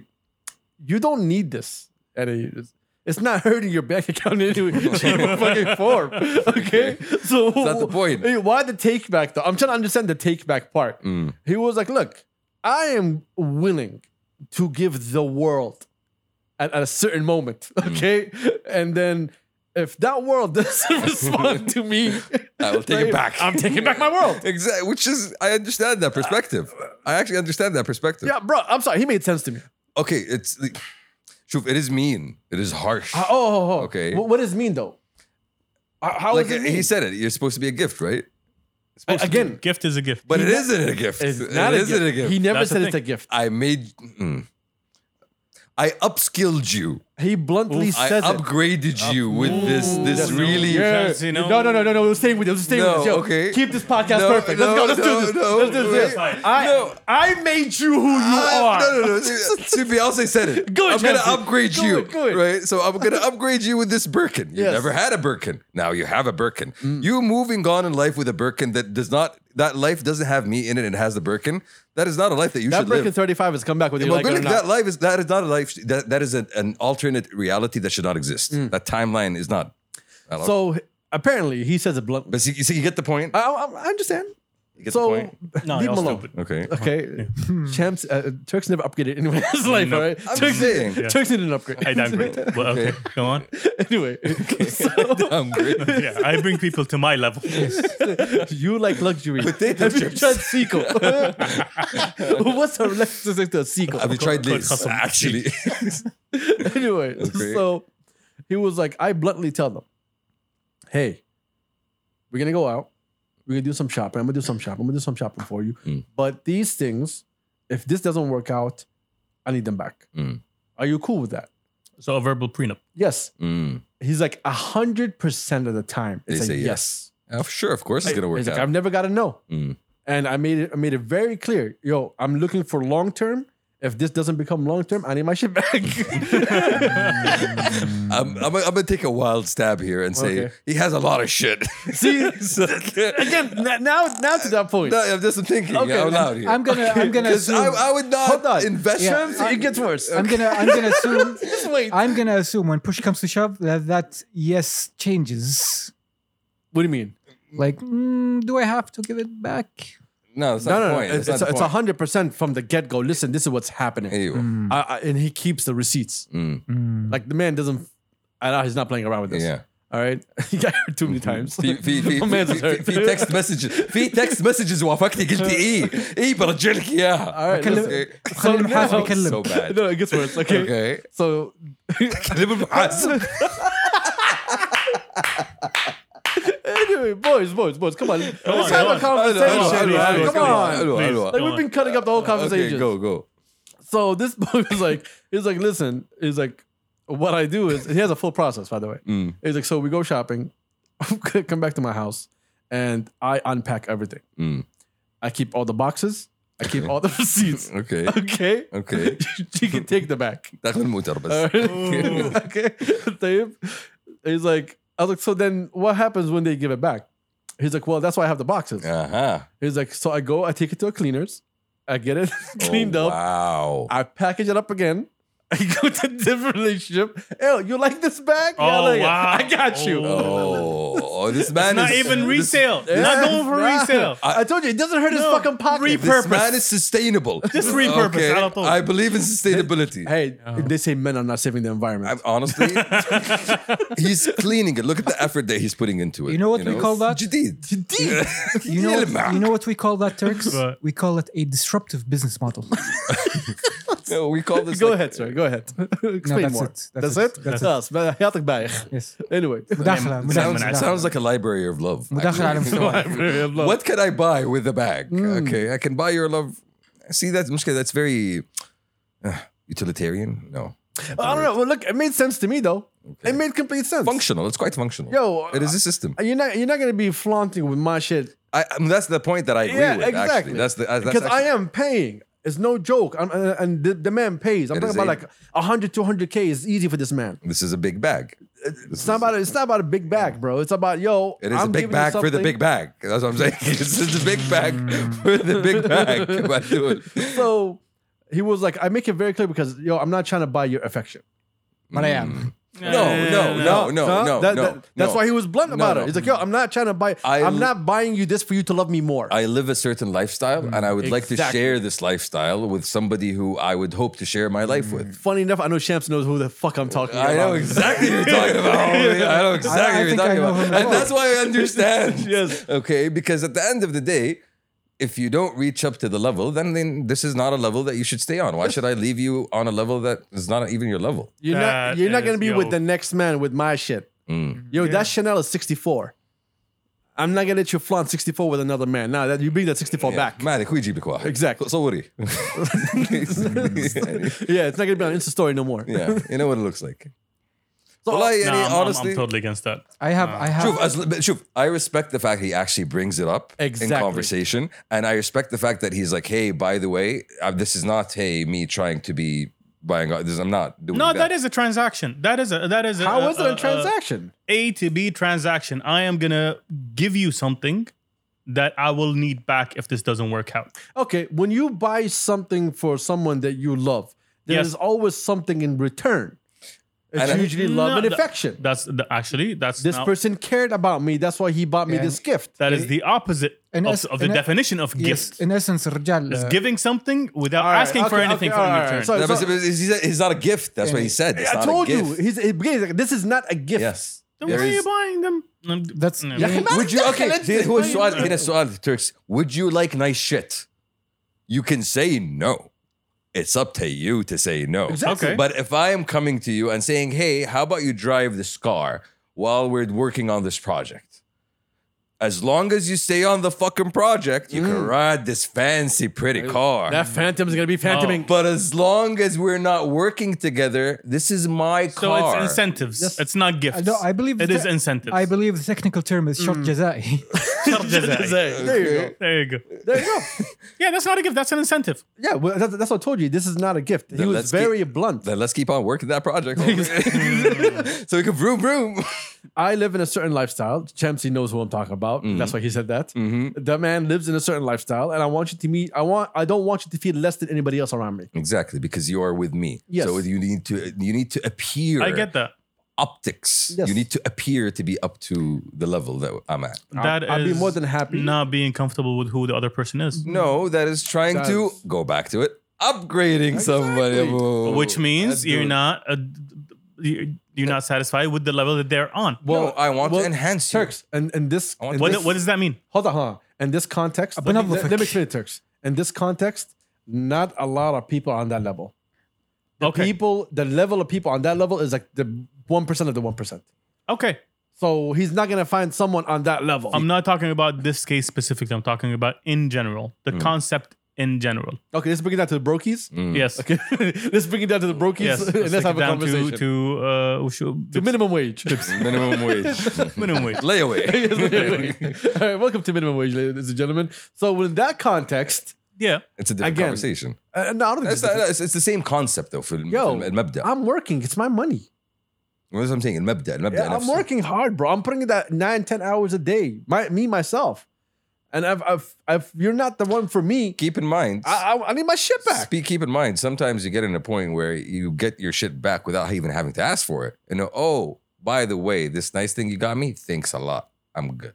S3: you don't need this. Danny, it's, it's not hurting your bank account in any shape or fucking form. Okay, so
S2: not the point.
S3: Hey, Why the take back though? I'm trying to understand the take back part.
S2: Mm.
S3: He was like, look, I am willing to give the world at, at a certain moment,
S2: Mm.
S3: okay? And then if that world doesn't respond to me,
S2: I will take it back.
S3: I'm taking back my world.
S2: Exactly. Which is, I understand that perspective. I actually understand that perspective.
S3: Yeah, bro, I'm sorry. He made sense to me.
S2: Okay. It's, Shuf, it is mean. It is harsh.
S3: Uh, oh, oh, oh.
S2: Okay.
S3: What, what does it mean though? Uh, How
S2: like
S3: is it?
S2: he
S3: mean?
S2: said it. You're supposed to be a gift, right? It's supposed to be.
S3: again.
S4: Gift is a gift.
S2: But it isn't a gift.
S3: It's
S2: It
S3: not a
S2: isn't
S3: gift.
S2: a gift.
S3: He never
S4: That's the
S3: said it's a
S4: thing.
S3: gift.
S2: I made. mm. I upskilled you.
S3: He bluntly
S2: I
S3: says it.
S2: upgraded you with this. This really.
S4: Because, you know-
S3: No, no, no, no, no. We're staying with this. We're staying
S2: No,
S3: with this. Yo,
S2: okay.
S3: Keep this podcast
S2: No,
S3: perfect. Let's
S2: no,
S3: go. Let's
S2: no,
S3: do this.
S2: no,
S3: Let's do this.
S2: wait.
S3: I,
S2: No.
S3: I made you who you
S2: I,
S3: are.
S2: no, no, no. CP, I'll say said it.
S3: Go,
S2: I'm going to
S3: Chelsea.
S2: upgrade
S3: Go,
S2: you.
S3: go.
S2: Right? So I'm going to upgrade you with this Birkin. You
S3: Yes. Mm.
S2: never had a Birkin. Now you have a Birkin. You moving on in life with a Birkin that does not, that life doesn't have me in it and has the Birkin. That is not a life that you
S3: That
S2: should
S3: break in
S2: live.
S3: 35 has come back with you.
S2: Well,
S3: Like it or
S2: Birkin, that
S3: not.
S2: life is, that is not a life, that, that is an, an alternate reality that should not exist.
S3: Mm.
S2: That timeline is not. Hello?
S3: So apparently he says it bluntly.
S2: but see, you see, you get the point.
S3: I, I, I understand.
S2: You get
S3: Uh, so
S2: the point.
S4: No,
S3: leave
S4: y'all
S3: him alone.
S4: stupid.
S2: Okay.
S3: Okay, champs. Uh, Turks never upgraded anyway in his life.
S4: No.
S3: All right,
S2: I'm
S3: Turks,
S2: saying.
S4: Yeah.
S3: Turks didn't upgrade.
S4: I downgrade. Well, okay, go on.
S3: anyway, so
S2: I'm great.
S4: Yeah, I bring people to my level.
S3: you like luxury.
S2: Potato
S3: Have you
S2: chips.
S3: tried Seiko? What's her relationship to a Seiko?
S2: Have you tried
S4: Called
S2: this?
S4: custom
S2: Actually,
S3: anyway,
S2: Okay.
S3: so he was like, I bluntly tell them, hey, we're gonna go out, we're gonna do some shopping, I'm gonna do some shopping, I'm gonna do some shopping for you.
S2: Mm.
S3: But these things, if this doesn't work out, I need them back.
S2: Mm.
S3: Are you cool with that?
S4: So a verbal prenup.
S3: Yes.
S2: Mm.
S3: He's like a hundred percent of the time. It's
S2: They
S3: a
S2: say
S3: yes.
S2: yes. Oh, sure, of course it's gonna work
S3: He's like,
S2: out.
S3: I've never got a no.
S2: Mm.
S3: And I made it I made it very clear. Yo, I'm looking for long term. If this doesn't become long term, I need my shit back.
S2: I'm, Um, I'm, gonna- I'm gonna take a wild stab here and say
S3: Okay.
S2: he has a lot of shit.
S3: See,
S2: So-
S3: again, n- now now to that point.
S2: no, I'm just thinking
S3: Okay,
S2: out loud here.
S1: I'm gonna, I'm gonna
S2: 'Cause
S1: assume.
S2: I, I would not
S3: Hold on.
S2: invest.
S1: Yeah.
S2: Shams,
S3: it gets worse.
S1: I'm gonna, I'm gonna assume.
S3: just wait.
S1: I'm gonna assume when push comes to shove that that yes changes.
S3: what do you mean?
S1: Like, mm, do I have to give it back?
S2: No, that's
S3: No,
S2: not
S3: no,
S2: the
S3: no.
S2: point.
S3: It's,
S2: That's not the
S3: it's, it's a
S2: point.
S3: hundred percent from the get go. Listen, this is what's happening.
S2: Ew.
S3: I, I, and he keeps the receipts.
S2: Mm.
S1: Mm.
S3: Like the man doesn't. I know he's not playing around with this.
S2: Yeah.
S3: All right, you got her too many times.
S2: في في في
S3: ما
S2: في, في,
S3: يظهر.
S2: في تكست مسج في تكست مسجز وافقتني قلتي ايه ايه برجع لك اياها
S3: Alright, let's-
S2: Okay.
S1: خلي المحاسب
S3: now-
S2: So
S1: يكلم
S2: bad.
S3: no, it gets worse. Okay,
S2: Okay.
S3: so
S2: كلم المحاسب
S3: anyway, boys, boys, boys, come on, let's
S4: on,
S3: have a
S4: come on.
S2: حلو،
S3: conversation.
S2: حلو،
S3: man.
S2: حلو،
S3: Come on,
S2: حلو، حلو.
S3: like we've been cutting up the whole
S2: Uh, Okay,
S3: conversation.
S2: go go.
S3: So this book is like, he's like, listen, he's like, what I do is, he has a full process, by the way.
S2: Mm.
S3: He's like, so we go shopping, come back to my house, and I unpack everything.
S2: Mm.
S3: I keep all the boxes, I keep all the receipts.
S2: Okay.
S3: Okay.
S2: Okay.
S3: she can take the back.
S2: داخل الموتر بس.
S3: Alright? okay. طيب. He's like, I was like, so then what happens when they give it back? He's like, well, that's why I have the boxes.
S2: اها.
S3: He's like, so I go, I take it to a cleaner's, I get it cleaned
S2: Oh,
S3: up,
S2: Wow.
S3: I package it up again. I go to a different relationship. Ew, you like this bag? Yeah, I
S4: Oh,
S3: like it.
S4: wow.
S3: I got you.
S2: Oh, oh, this man
S4: Not
S2: is
S4: even
S2: this-
S4: resale. Not going for
S3: Nah.
S4: resale.
S3: I, told you, it doesn't hurt his
S4: No,
S3: fucking pocket.
S4: re-
S2: This
S4: Repurpose.
S2: man is sustainable.
S4: Just repurpose,
S2: Okay.
S4: I don't know.
S2: I believe in sustainability.
S3: hey,
S1: Oh.
S3: they say men are not saving the environment.
S2: I'm, honestly, he's cleaning it. Look at the effort that he's putting into it.
S1: You know what we call that?
S2: Jadid. Jadid.
S1: You know, what, you know what we call that, Turks?
S4: What?
S1: we call it a disruptive business model.
S2: No, we call this.
S3: go
S2: like-
S3: ahead, sir. Go ahead. Explain
S1: that's
S3: more.
S1: it. That's it. That's
S3: That's us. But I have to buy it.
S1: Yes.
S3: Anyway.
S1: مداخلة
S2: Sounds,
S1: مداخلة.
S2: sounds like a library of love.
S1: مداخلة على
S2: actually.
S1: مستوى
S2: what can I buy with a bag?
S3: Hmm.
S2: Okay, I can buy your love. See, that's Mushka, that's very uh, utilitarian. No.
S3: I don't know. Well, look, it made sense to me though. It made complete sense.
S2: Functional. It's quite functional.
S3: Yo,
S2: it is a system.
S3: You're not. You're not gonna be flaunting with my shit
S2: I, I mean, that's the point that I agree
S3: Yeah,
S2: with. Actually,
S3: exactly.
S2: that's the uh, that's
S3: because I
S2: actually-
S3: am paying. It's no joke. I'm, uh, and the, the man pays. I'm
S2: It
S3: talking
S2: is
S3: about
S2: a-
S3: like 100, 200 k is easy for this man.
S2: This is a big bag.
S3: It's not about. It's not about a big bag, bro. It's about yo.
S2: It is
S3: I'm
S2: a
S3: giving
S2: big
S3: you
S2: bag for the
S3: something.
S2: big bag. That's what I'm saying. this is a big bag for the big bag. But dude,
S3: So he was like, I make it very clear because yo, I'm not trying to buy your affection.
S1: But I
S4: Mm.
S1: am.
S2: no, no, no, no,
S3: Huh?
S2: no,
S3: That-
S2: no.
S3: that- That's
S2: no.
S3: why he was blunt about
S2: no.
S3: it. He's like, yo, I'm not trying to buy.
S2: I
S3: I,
S2: l-
S3: am not buying you this for you to love me more.
S2: I live a certain lifestyle, and I would like to
S3: Exactly.
S2: share this lifestyle with somebody who I would hope to share my life with.
S3: Funny enough, I know Shamps knows who the fuck I'm talking about.
S2: I know exactly what you're talking about. homie. I know exactly
S1: I
S2: what you're
S1: think
S2: talking
S1: I know
S2: about.
S1: him
S2: And
S1: well.
S2: that's why I understand.
S3: Yes.
S2: Okay. Because at the end of the day, if you don't reach up to the level, then, then this is not a level that you should stay on. Why should I leave you on a level that is not even your level?
S3: You're
S4: That
S3: not. You're not
S4: is-
S3: gonna be
S4: yo.
S3: with the next man with my shit.
S2: Mm.
S3: Yo, that Chanel is 64. I'm not gonna let you flaunt 64 with another man. Nah, that you bring that 64 back.
S2: مالك هو يجيب لك واحد.
S3: Exactly.
S2: صوري.
S3: yeah, it's not gonna be on Insta story no more.
S2: yeah, you know what it looks like.
S3: So,
S2: والله
S4: Nah,
S2: يعني
S4: I'm- I'm,
S2: honestly
S4: I'm totally against that.
S1: I have. I have.
S2: شوف as- but شوف I respect the fact he actually brings it up in
S3: Exactly.
S2: conversation and I respect the fact that he's like hey by the way uh, this is not hey me trying to be buying this I'm not doing
S4: No, that is a transaction. That is a that is a
S3: how was it
S4: a-
S3: a transaction?
S4: A to B transaction. I am gonna give you something that I will need back if this doesn't work out.
S3: okay, when you buy something for someone that you love, there
S4: Yes.
S3: is always something in return. It's
S2: And I-
S3: usually love
S4: No,
S3: and
S4: that-
S3: affection.
S4: That's the, actually that's
S3: this
S4: not-
S3: person cared about me. That's why he bought me
S1: Yeah.
S3: this gift.
S4: that is the opposite
S1: In
S4: of,
S1: es-
S4: of the
S1: in e-
S4: definition of
S1: yes.
S4: gift.
S1: In essence, الرجال.
S4: It's
S1: uh,
S4: giving something without
S3: All right,
S4: asking for
S3: okay,
S4: anything
S3: okay,
S4: from
S3: all right,
S4: return.
S3: so-
S2: No, but he's, he's- he's not a gift that's what he said it's
S3: I
S2: not
S3: told
S2: a gift
S3: you, he's, he begins like, this is not a gift.
S2: yes
S4: then why
S2: There
S4: are you
S2: is-
S4: buying them? Um,
S1: That's-
S4: no.
S1: Yeah.
S2: would you okay here- هو السؤال هنا السؤال Turks would you like nice shit you can say no it's up to you to say no
S3: Exactly.
S4: Okay.
S2: But if I am coming to you and saying, hey, how about you drive this car while we're working on this project? As long as you stay on the fucking project, you
S4: Mm.
S2: can ride this fancy, pretty car.
S3: That phantom is gonna be phantoming.
S2: but as long as we're not working together, this is my
S4: So
S2: car.
S4: it's incentives.
S1: Yes.
S4: It's not gifts.
S1: I don't- I believe
S4: it
S1: the-
S4: is incentives.
S1: I believe the technical term is
S4: Mm.
S1: short jazai.
S4: Shart jazai.
S3: There you go.
S4: There you go.
S3: There you go.
S4: Yeah, that's not a gift. That's an incentive.
S3: Yeah, well, that's, that's what I told you. This is not a gift. He
S2: Then
S3: was
S2: let's keep-
S3: very blunt.
S2: Then let's keep on working that project. so we can vroom vroom.
S3: I live in a certain lifestyle. Champsy knows who I'm talking about.
S2: Mm-hmm.
S3: That's why he said that. That man lives in a certain lifestyle, and I want you to meet. I want. I don't want you to feel less than anybody else around me.
S2: Exactly, because you are with me.
S3: Yes.
S2: So you need to you need to appear
S4: I get that.
S2: optics.
S3: Yes.
S2: You need to appear to be up to the level that I'm at.
S4: That
S3: I'd be
S4: is
S3: more than happy.
S4: Not being comfortable with who the other person is,
S2: No, that is trying to
S3: That's-
S2: go back to it, upgrading somebody,
S3: Exactly.
S2: Whoa.
S4: which means
S2: That's
S4: you're
S2: doing-
S4: not. A, you- you're not satisfied with the level that they're on.
S2: Well, I want to enhance you.
S3: Turks and and
S2: I
S3: this.
S2: want
S3: and
S2: to-
S4: What,
S3: this-
S4: what does that mean?
S3: hold on, hold on. In this context,
S1: Above
S3: let me,
S1: the-
S3: let, let me explain it, Turks. In this context, not a lot of people are on that level. The
S4: Okay.
S3: people, the level of people on that level is like the one percent of the one percent.
S4: Okay.
S3: So he's not gonna find someone on that level.
S4: I'm not talking about this case specifically. I'm talking about in general, the
S3: Hmm.
S4: concept in general.
S3: okay, let's bring it down to the brokies.
S4: Yes.
S3: Hmm. Okay, let's bring it down to the brokies
S4: Yes.
S3: and let's
S4: take
S3: have
S4: it
S3: a
S4: down
S3: conversation.
S4: To, to, uh, we should-
S3: To minimum wage.
S2: Minimum wage.
S4: minimum wage.
S2: Layaway.
S3: All right, welcome to minimum wage, ladies and gentlemen. So in that context,
S4: Yeah.
S2: It's a different
S3: Again.
S2: conversation.
S3: uh, no, I don't think
S2: It's,
S3: it's
S2: not- it's, it's the same concept though. في الم-
S3: Yo,
S2: في المبدأ.
S3: I'm working. It's my money.
S2: That's what I'm saying. المبدأ. المبدأ
S3: Yeah, I'm
S2: نفسه.
S3: working hard, bro. I'm putting in that nine, ten hours a day. My, me, myself. And if, if, if you're not the one for me,
S2: Keep in mind.
S3: I, I, I need my shit back.
S2: Speak, keep in mind, sometimes you get in a point where you get your shit back without even having to ask for it. You know, oh, by the way, this nice thing you got me, thanks a lot. I'm good.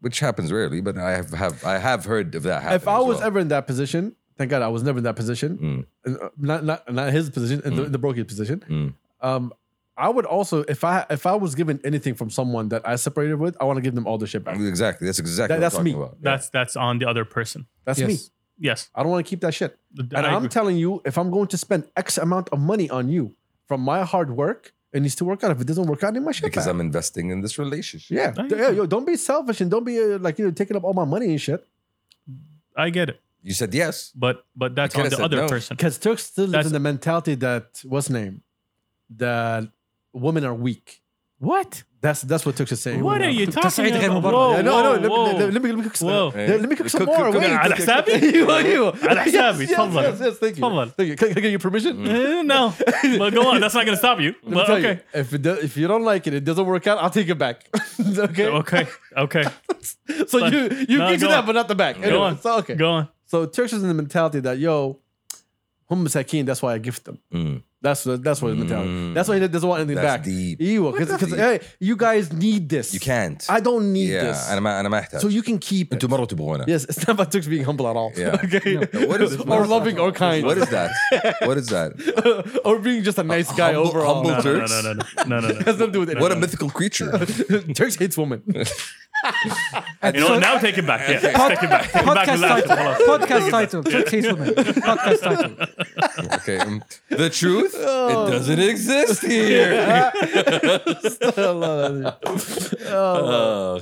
S2: Which happens rarely, but I have, have I have heard of that happening.
S3: If I
S2: as
S3: was
S2: well.
S3: ever in that position, thank God I was never in that position. Uh, Not, not, not his position, in the, the brokey's position.
S2: Mm.
S3: Um, I would also, if I if I was given anything from someone that I separated with, I want to give them all the shit back.
S2: exactly that's exactly
S3: That-
S2: what
S3: that's
S2: I'm talking
S3: me.
S2: about. Yeah.
S4: That's that's on the other person.
S3: That's
S1: yes.
S3: me.
S4: Yes.
S3: I don't want to keep that shit. And
S4: I
S3: I'm
S4: agree.
S3: telling you, if I'm going to spend X amount of money on you from my hard work, it needs to work out. If it doesn't work out, I need my shit
S2: because
S3: back.
S2: I'm investing in this relationship.
S3: Yeah.
S4: I
S3: D- yeah, yo, don't be selfish and don't be uh, like you know taking up all my money and shit.
S4: I get it.
S2: You said yes.
S4: But but that's
S2: coulda
S4: on the
S2: said
S4: other
S2: no.
S4: person.
S3: Because Turks still lives
S4: That's-
S3: in the mentality that what's name, that women are weak.
S4: What?
S3: That's that's what Turks is saying.
S4: What
S3: Women
S4: are you talking
S1: تصعيد غير
S4: about?
S1: مبرر.
S4: Whoa,
S3: Yeah, no, no.
S4: whoa, Oh, whoa.
S3: Let me, let, let me, let me cook some,
S4: Whoa.
S3: let me cook some
S2: Cook-
S3: more.
S2: cook-
S3: Wait.
S4: على حسابي؟
S3: أيوة، أيوة.
S4: على حسابي،
S3: Yes, yes,
S4: تفضل.
S3: yes, yes, Thank you.
S4: تفضل.
S3: Thank you. Can, can I get your permission?
S4: Eh, no, but go on. That's not gonna stop you.
S3: Let me
S4: But
S3: tell
S4: okay,
S3: You, if it do, if you don't like it, it doesn't work out. I'll take it back. okay.
S4: okay, okay.
S3: So you you
S4: No,
S3: give to
S4: go
S3: that,
S4: on.
S3: but not the back. Anyway,
S4: on.
S3: So, okay.
S4: Go on.
S3: So Turks is in the mentality that yo, hum sakin. That's why I gift them.
S2: Mm.
S3: That's the, that's what his mentality.
S2: Mm.
S3: That's why he doesn't want anything
S2: That's
S3: back.
S2: deep.
S3: Ew, because
S2: deep?
S3: hey, you guys need this.
S2: You can't.
S3: I don't need
S2: yeah,
S3: this.
S2: انا ما انا ما احتاج.
S3: so you can keep it.
S2: انتوا مرة تبغونه.
S3: Yes, it's not about Turks being humble at all.
S2: Yeah.
S3: okay.
S2: What is-
S3: or loving or kind.
S2: What is that? What is that?
S3: or being just a nice guy
S2: Humble-
S3: overall.
S2: humble
S4: No,
S2: Turk.
S4: no, no, no, no, no, no.
S3: Has
S4: no.
S3: nothing to do with
S2: What a
S3: anything.
S2: mythical creature.
S3: Turks hates women.
S1: And
S4: You know,
S1: so-
S4: what? now take it back. Yeah,
S1: pod-
S4: take it back. Take it back.
S1: podcast
S4: Relax.
S1: title.
S4: Hold on.
S1: Podcast title. Turks hates women. Podcast title.
S2: Okay. um, The truth,
S3: Oh.
S2: it doesn't exist here.
S3: I love that.
S2: Uh,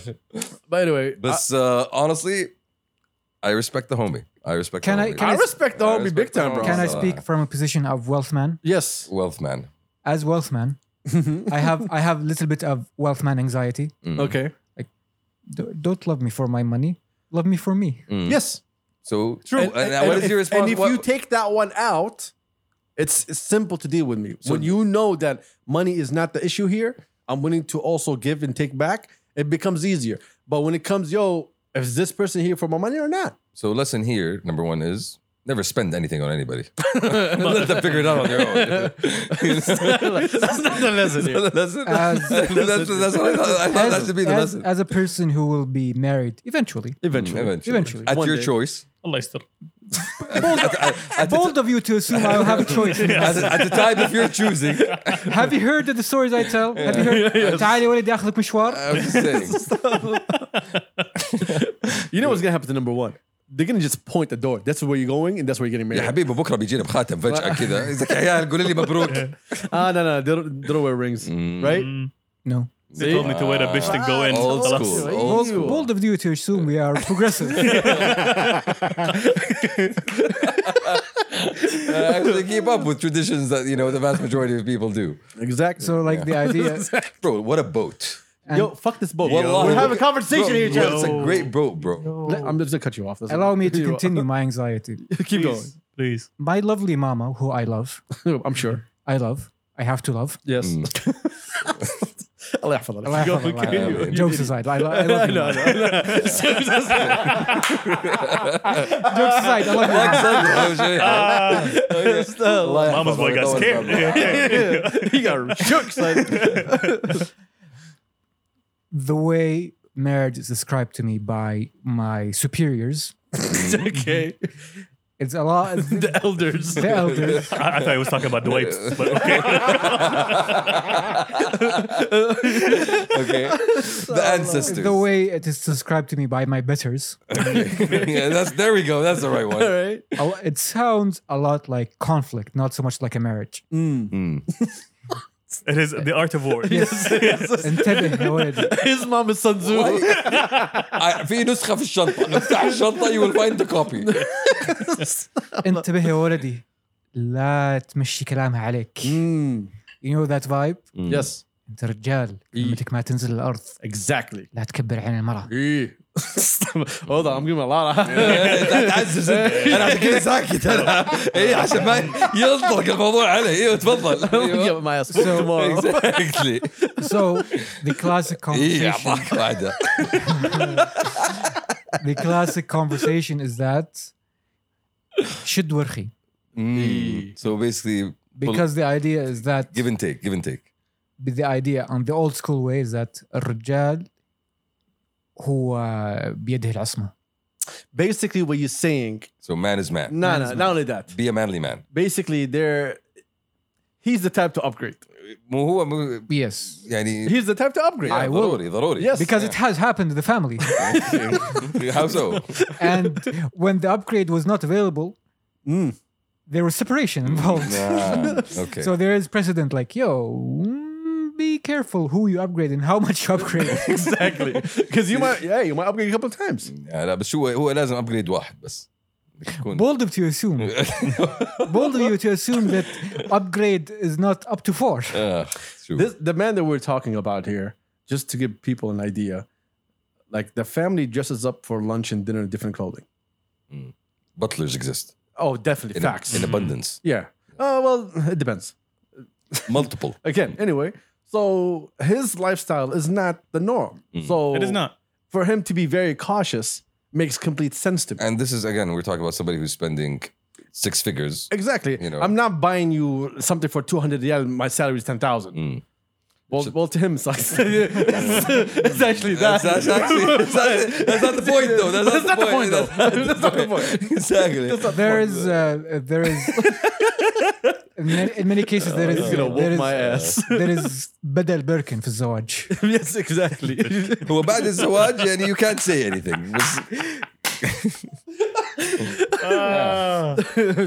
S3: But anyway,
S2: But uh, honestly, I respect the homie. I respect.
S1: Can
S2: the
S1: I-
S2: homie.
S1: can
S3: I
S1: I-
S3: respect the
S2: I
S3: homie
S2: respect
S3: big
S2: the
S3: time, bro.
S2: homie.
S1: Can I
S2: Oh,
S1: speak from a position of wealth man?
S3: Yes.
S2: wealth man?
S1: As wealth man, I have I have little bit of wealth man anxiety.
S3: Okay.
S2: Mm.
S1: D- don't love me for my money. Love me for me.
S3: Yes.
S2: So true. And, now what is
S3: if,
S2: your response?
S3: And if
S2: What-
S3: you take that one out, it's, it's simple to deal with me.
S2: So-
S3: when you know that money is not the issue here, I'm willing to also give and take back. It becomes easier. But when it comes, yo, is this person here for my money or not?
S2: so lesson here number one is never spend anything on anybody. Let them figure it out on their own.
S3: That's not the lesson here.
S2: lesson.
S1: As-
S2: that's, that's what I thought. I thought that should be the
S1: Uh, as,
S2: lesson.
S1: as a person who will be married eventually.
S2: Mm,
S3: Eventually.
S1: Eventually.
S2: at
S3: One
S2: your
S3: day.
S2: choice.
S4: Allah still.
S1: Bold, bold of you to assume I'll have a choice. in
S2: At,
S1: this.
S2: the- at the time of your choosing,
S1: Have you heard of the stories I tell? Have you heard? تعالي ولدي اخذك مشوار.
S2: I'm just saying.
S3: You know what's going to happen to number one? They're going to just point the door. That's where you're going and that's where you're getting
S2: يا
S3: married.
S2: حبيبي بكره بيجينا بخاتم فجأة كذا، إذا عيال قولي لي مبروك.
S3: Ah, no, no. They don't, they don't wear rings, right?
S1: Mm. No.
S4: They told me to wear a bitch to go in.
S2: Ah, Old
S4: Khalas.
S2: school.
S3: Oh.
S2: Old
S1: Bold,
S2: school.
S1: bold of you to assume we are progressive.
S2: uh, actually keep up with traditions that you know the vast majority of people do.
S3: Exactly.
S1: so like the idea.
S2: Bro, what a boat!
S3: yo, fuck this boat.
S2: Wallahi.
S3: We're having a conversation
S2: Bro,
S3: here,
S2: bro,
S3: Jack.
S2: It's a great boat, bro.
S3: I'm just gonna cut you off. That's
S1: Allow
S3: all.
S1: me to
S3: You-
S1: continue my anxiety.
S3: Keep
S4: Please, please.
S1: My lovely mama, who I love,
S3: going. I'm sure.
S1: I love, I have to love.
S3: Yes. Allah يحفظها لك. Go,
S1: يحفظها لك.
S3: continue.
S2: آمين.
S1: Jokes aside, I, lo- I love you.
S3: No, no, no.
S1: Jokes aside, I love you. mama.
S3: Ah,
S4: Mama's boy got scared.
S3: He got shook. son.
S1: The way marriage is described to me by my superiors
S3: Okay.
S1: It's a lot. It's the,
S3: The elders.
S1: the elders.
S4: I, I thought he was talking about the wipes, but okay.
S2: Okay, the ancestors.
S1: The way it is described to me by my betters,
S2: yeah, that's there we go. That's the right
S3: All
S2: one.
S3: right.
S1: a lo- it sounds a lot like conflict, not so much like a marriage.
S4: It is the art of war.
S1: Yes. انتبه يا ولدي.
S3: His mom is Sun Tzu.
S2: I- في نسخة في الشنطة افتح الشنطة you will find the copy
S1: انتبه يا ولدي. لا تمشي كلامها عليك.
S3: Mm.
S1: You know that vibe?
S3: Yes,
S1: انت رجال كلمتك ما تنزل الارض
S3: exactly.
S1: لا تكبر عين المراه
S3: Hold on, I'm giving a lot of.
S2: تعزز انت. انا عشان كذا ساكت انا اي عشان ما ينطلق الموضوع علي ايوه تفضل
S3: Get my ass booked
S1: So-
S3: tomorrow.
S2: اكزاكتلي
S1: so the classic
S2: اي
S1: conversation
S2: اعطاك واحدة
S1: the classic conversation is that شد ورخي
S2: Mm. So basically
S1: because the idea is that
S2: give and take give and take
S1: the idea on the old school way is that الرجال هو بيده العصمه
S3: Basically, what you're saying.
S2: so man is man
S3: No, no, not only that.
S2: be a manly man
S3: Basically, they're. He's the type to upgrade.
S2: مو هو مو
S1: yes
S2: يعني
S3: He's the type to upgrade.
S2: Yeah, ضروري ضروري
S3: Yes.
S1: because it has happened in the family
S2: how so
S1: and when the upgrade was not available
S3: Mm.
S1: there was separation involved
S2: Ah, okay
S1: So there is precedent like, yo, mm, be careful who you upgrade and how much you upgrade.
S3: Exactly. Because you might, yeah, you might upgrade a couple times.
S2: آه، لا بس هو هو لازم ابجريد واحد بس يكون
S1: Bold of you to assume. Bold of you to assume that upgrade is not up to four.
S2: آه، شوف.
S3: This the man that we're talking about here, just to give people an idea, like the family dresses up for lunch and dinner in different clothing.
S2: butlers exist
S3: Oh, definitely
S2: in,
S3: facts.
S2: in abundance.
S3: yeah. Oh well, it depends.
S2: Multiple.
S3: Again, anyway, so his lifestyle is not the norm.
S2: Mm.
S3: So
S4: It is not.
S3: for him to be very cautious makes complete sense to me.
S2: And this is again, we're talking about somebody who's spending six figures.
S3: Exactly.
S2: You know.
S3: I'm not buying you something for 200 real. My salary is 10,000.
S2: Mm.
S3: Well, well, to him, it's, like, it's, it's actually that.
S2: That's, that's actually that's, not- that's not the point though. That's,
S3: That's
S2: not the point.
S3: though. That's not the point.
S2: exactly.
S1: There is, uh, there is, in many, in many cases there is,
S3: Uh, He's gonna
S1: there is,
S3: whoop my ass.
S1: there is بدل بركن في الزواج.
S3: yes, exactly.
S2: هو بعد الزواج يعني you can't say anything. بس
S4: Ah.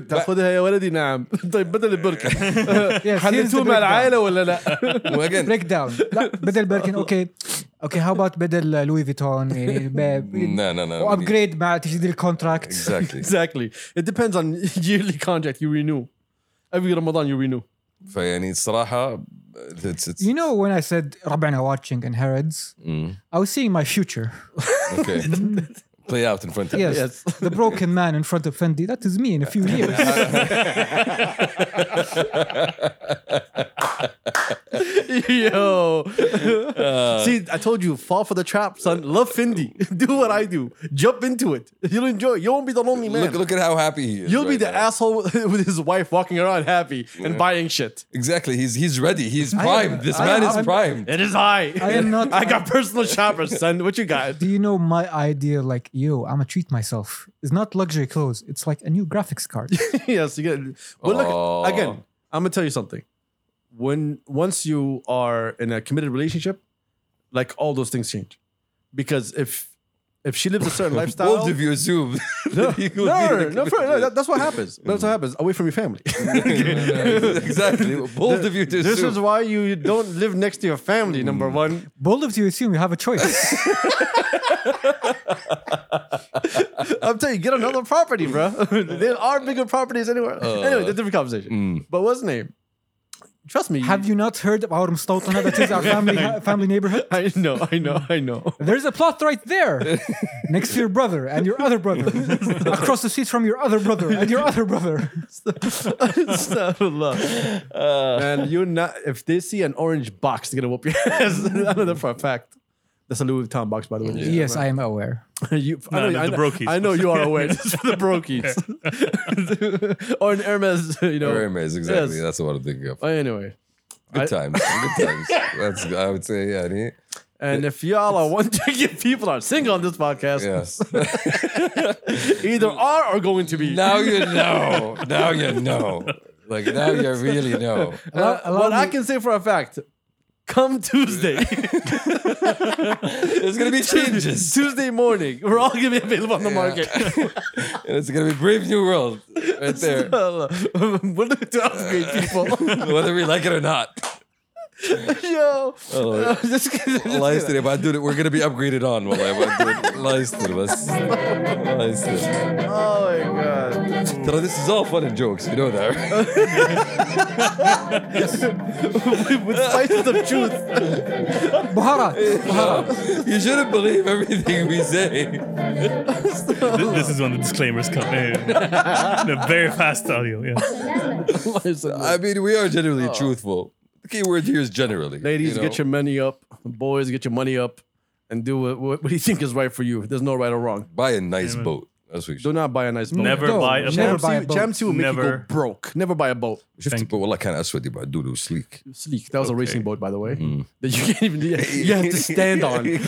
S3: تاخذها يا ولدي نعم طيب بدل البركه
S1: Yes, here's the
S3: حلتوه مع
S1: breakdown.
S3: العائله ولا لا؟
S2: again,
S1: breakdown. لا بدل بركن اوكي اوكي how about uh, بدل لوي فيتون يعني ب-
S2: no, no, no.
S1: وابجريد مع تجديد الكونتراكت
S2: Exactly.
S3: exactly. It depends on yearly contract you renew. Every Ramadan you renew.
S2: فيعني الصراحة it's, it's,
S1: You know, when I said ربعنا watching and Herod's,
S2: Mm.
S1: I was seeing my future.
S2: okay. Play out in front of
S1: Yes.
S2: you.
S3: Yes.
S1: the broken man in front of Fendi, that is me in a few years.
S3: Yo.
S2: Uh.
S3: See, I told you, fall for the trap, son. Love Fendi. Do what I do. Jump into it. You'll enjoy. it. You won't be the lonely man.
S2: Look, look at how happy he is.
S3: You'll be
S2: right
S3: the
S2: now.
S3: asshole with his wife walking around happy and buying shit.
S2: Exactly. He's he's ready. He's primed. This man is
S1: I'm-
S2: primed.
S3: It is I.
S1: I am not-
S3: I got personal shoppers, son. What you got?
S1: Do you know my idea? Like, yo, I'm gonna treat myself. It's not luxury clothes. It's like a new graphics card.
S3: yes, you get. But look
S2: Aw.
S3: again. I'm gonna tell you something. When once you are in a committed relationship, like all those things change, because if if she lives a certain lifestyle,
S2: Bold of you assume.
S3: no,
S2: that
S3: no,
S2: he will be
S3: no,
S2: the
S3: no, for- no, that- that's what happens. That's what happens. Away from your family.
S2: exactly. Bold of you Mm. to
S3: this
S2: assume.
S3: is why you don't live next to your family. Number one,
S1: Bold of you assume you have a choice.
S3: I'm telling you, get another property, bro. there are bigger properties anywhere.
S2: Uh.
S3: anyway, that's a different conversation.
S2: Mm.
S3: But what's the name? Trust me.
S1: have you not heard of our Mstoltana? That is our family family neighborhood.
S3: I know, I know, I know.
S1: There's a plot right there, next to your brother and your other brother, across the street from your other brother and your other brother.
S3: Astaghfirullah.
S2: Uh.
S3: Man, you not if they see an orange box, they're gonna whoop your ass. I know that for a fact. That's a Louis Vuitton box, by the way.
S1: Yes, I am aware.
S3: you, I, know,
S4: No, the-
S3: I,
S4: the
S3: know-
S4: brokies.
S3: I know you are aware. This is for the brokies. or an Hermes, you know.
S2: Very amazing. Exactly.
S3: Yes.
S2: That's what I'm thinking of.
S3: Anyway,
S2: Good times. Good times. That's I would say yeah.
S3: And if y'all are wondering if people are single on this podcast,
S2: Yes.
S3: either are or going to be.
S2: now you know. Now you know. Like now you really know.
S1: Allow-
S3: Uh,
S1: allow
S3: what I
S1: me-
S3: can say for a fact, come Tuesday,
S2: There's gonna be changes.
S3: Tuesday morning, we're all gonna be available on the market.
S2: And it's gonna be brave new world right there.
S3: we're looking to upgrade people.
S2: Whether we like it or not.
S3: Yo,
S2: Oh,
S3: just kidding. just
S2: الله
S3: kidding.
S2: يستر يا بعد we're gonna be upgraded on والله يا بعد الله يستر بس الله يستر
S3: Oh my god.
S2: ترى this is all fun and jokes you know that right?
S3: With spices of truth.
S1: Buharat.
S2: you shouldn't believe everything we say
S4: This, this is when the disclaimers come in. the very fast audio. Yeah.
S2: I mean we are generally truthful the key word here is generally
S3: Ladies,
S2: you know?
S3: get your money up. Boys, get your money up. And do what, what, what you think is right for you. There's no right or wrong.
S2: buy a nice boat that's what you
S3: Do
S2: should
S3: not buy a nice boat.
S4: Never
S1: No,
S4: buy a
S1: never
S4: never
S3: Champ
S1: buy- a
S3: C-
S1: boat.
S3: Champ C will make you
S4: Never.
S3: go broke. Never buy a boat.
S2: شفت
S4: Thank-
S2: بقول لك كان اسود يا بعد دودو سليك
S3: Sleek. That was a racing boat, by the way.
S4: Mm.
S3: That you can't even. You have to stand on. you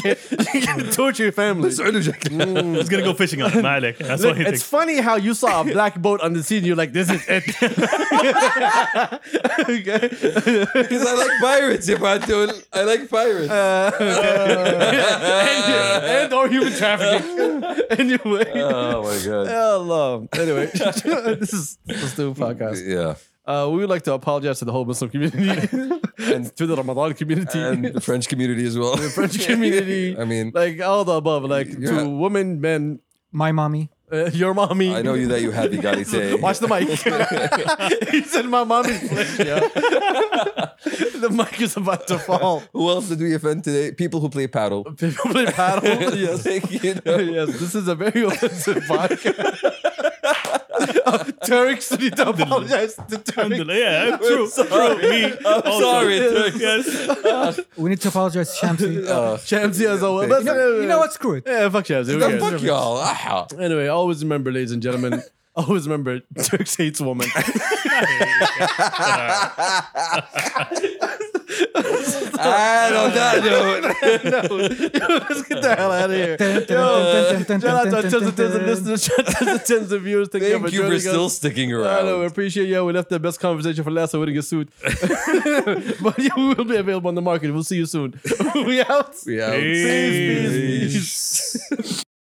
S3: can't, you can't torture your family.
S2: سعودي شكله
S4: He's gonna go fishing on it. Malik. That's
S3: Look,
S4: what he
S3: it's
S4: thinks.
S3: funny how you saw a black boat on the scene. You're like, this is it.
S2: because I like pirates يا بعد دول. I like pirates
S3: and, and or human trafficking. anyway.
S2: oh my god
S3: Hello. Anyway, this is the stupid podcast.
S2: yeah
S3: Uh, we would like to apologize to the whole Muslim community and to the Ramadan community,
S2: and the French community as well
S3: French community.
S2: I mean-
S3: like all the above, like
S2: Yeah.
S3: to women, men,
S1: My mommy.
S3: uh, your mommy.
S2: I know you that you had the guy say
S3: Watch the mic. he said, "My mommy's flesh." Yeah. the mic is about to fall.
S2: Who else did we offend today? People who play paddle.
S3: People play paddle. yes.
S2: Like, you know,
S3: yes, this is a very offensive podcast. Turks need to apologize to Turks.
S4: Yeah, true. True. Me. I'm
S2: sorry, Turks.
S4: Oh, Yes.
S1: We need to apologize, Shamsi.
S3: Shamsi as always.
S2: Thank you.
S1: you know what? Screw it.
S3: Yeah, fuck Shamsi. Who
S2: the
S3: cares?
S2: fuck y'all. Ah. Aha.
S3: Anyway, always remember, ladies and gentlemen, always remember, Turks hates women.
S2: I don't know.
S3: Let's get the hell out of here. Shout out to our tens and tens of listeners, tens and tens of viewers. Thank,
S2: Thank you for
S3: joining
S2: still
S3: us.
S2: sticking
S3: I know, we
S2: around.
S3: appreciate you. We left the best conversation for last, so we didn't get sued. but you will be available on the market. We'll see you soon. we out.
S2: Yeah.
S4: Peace, peace,
S3: peace.
S2: Peace.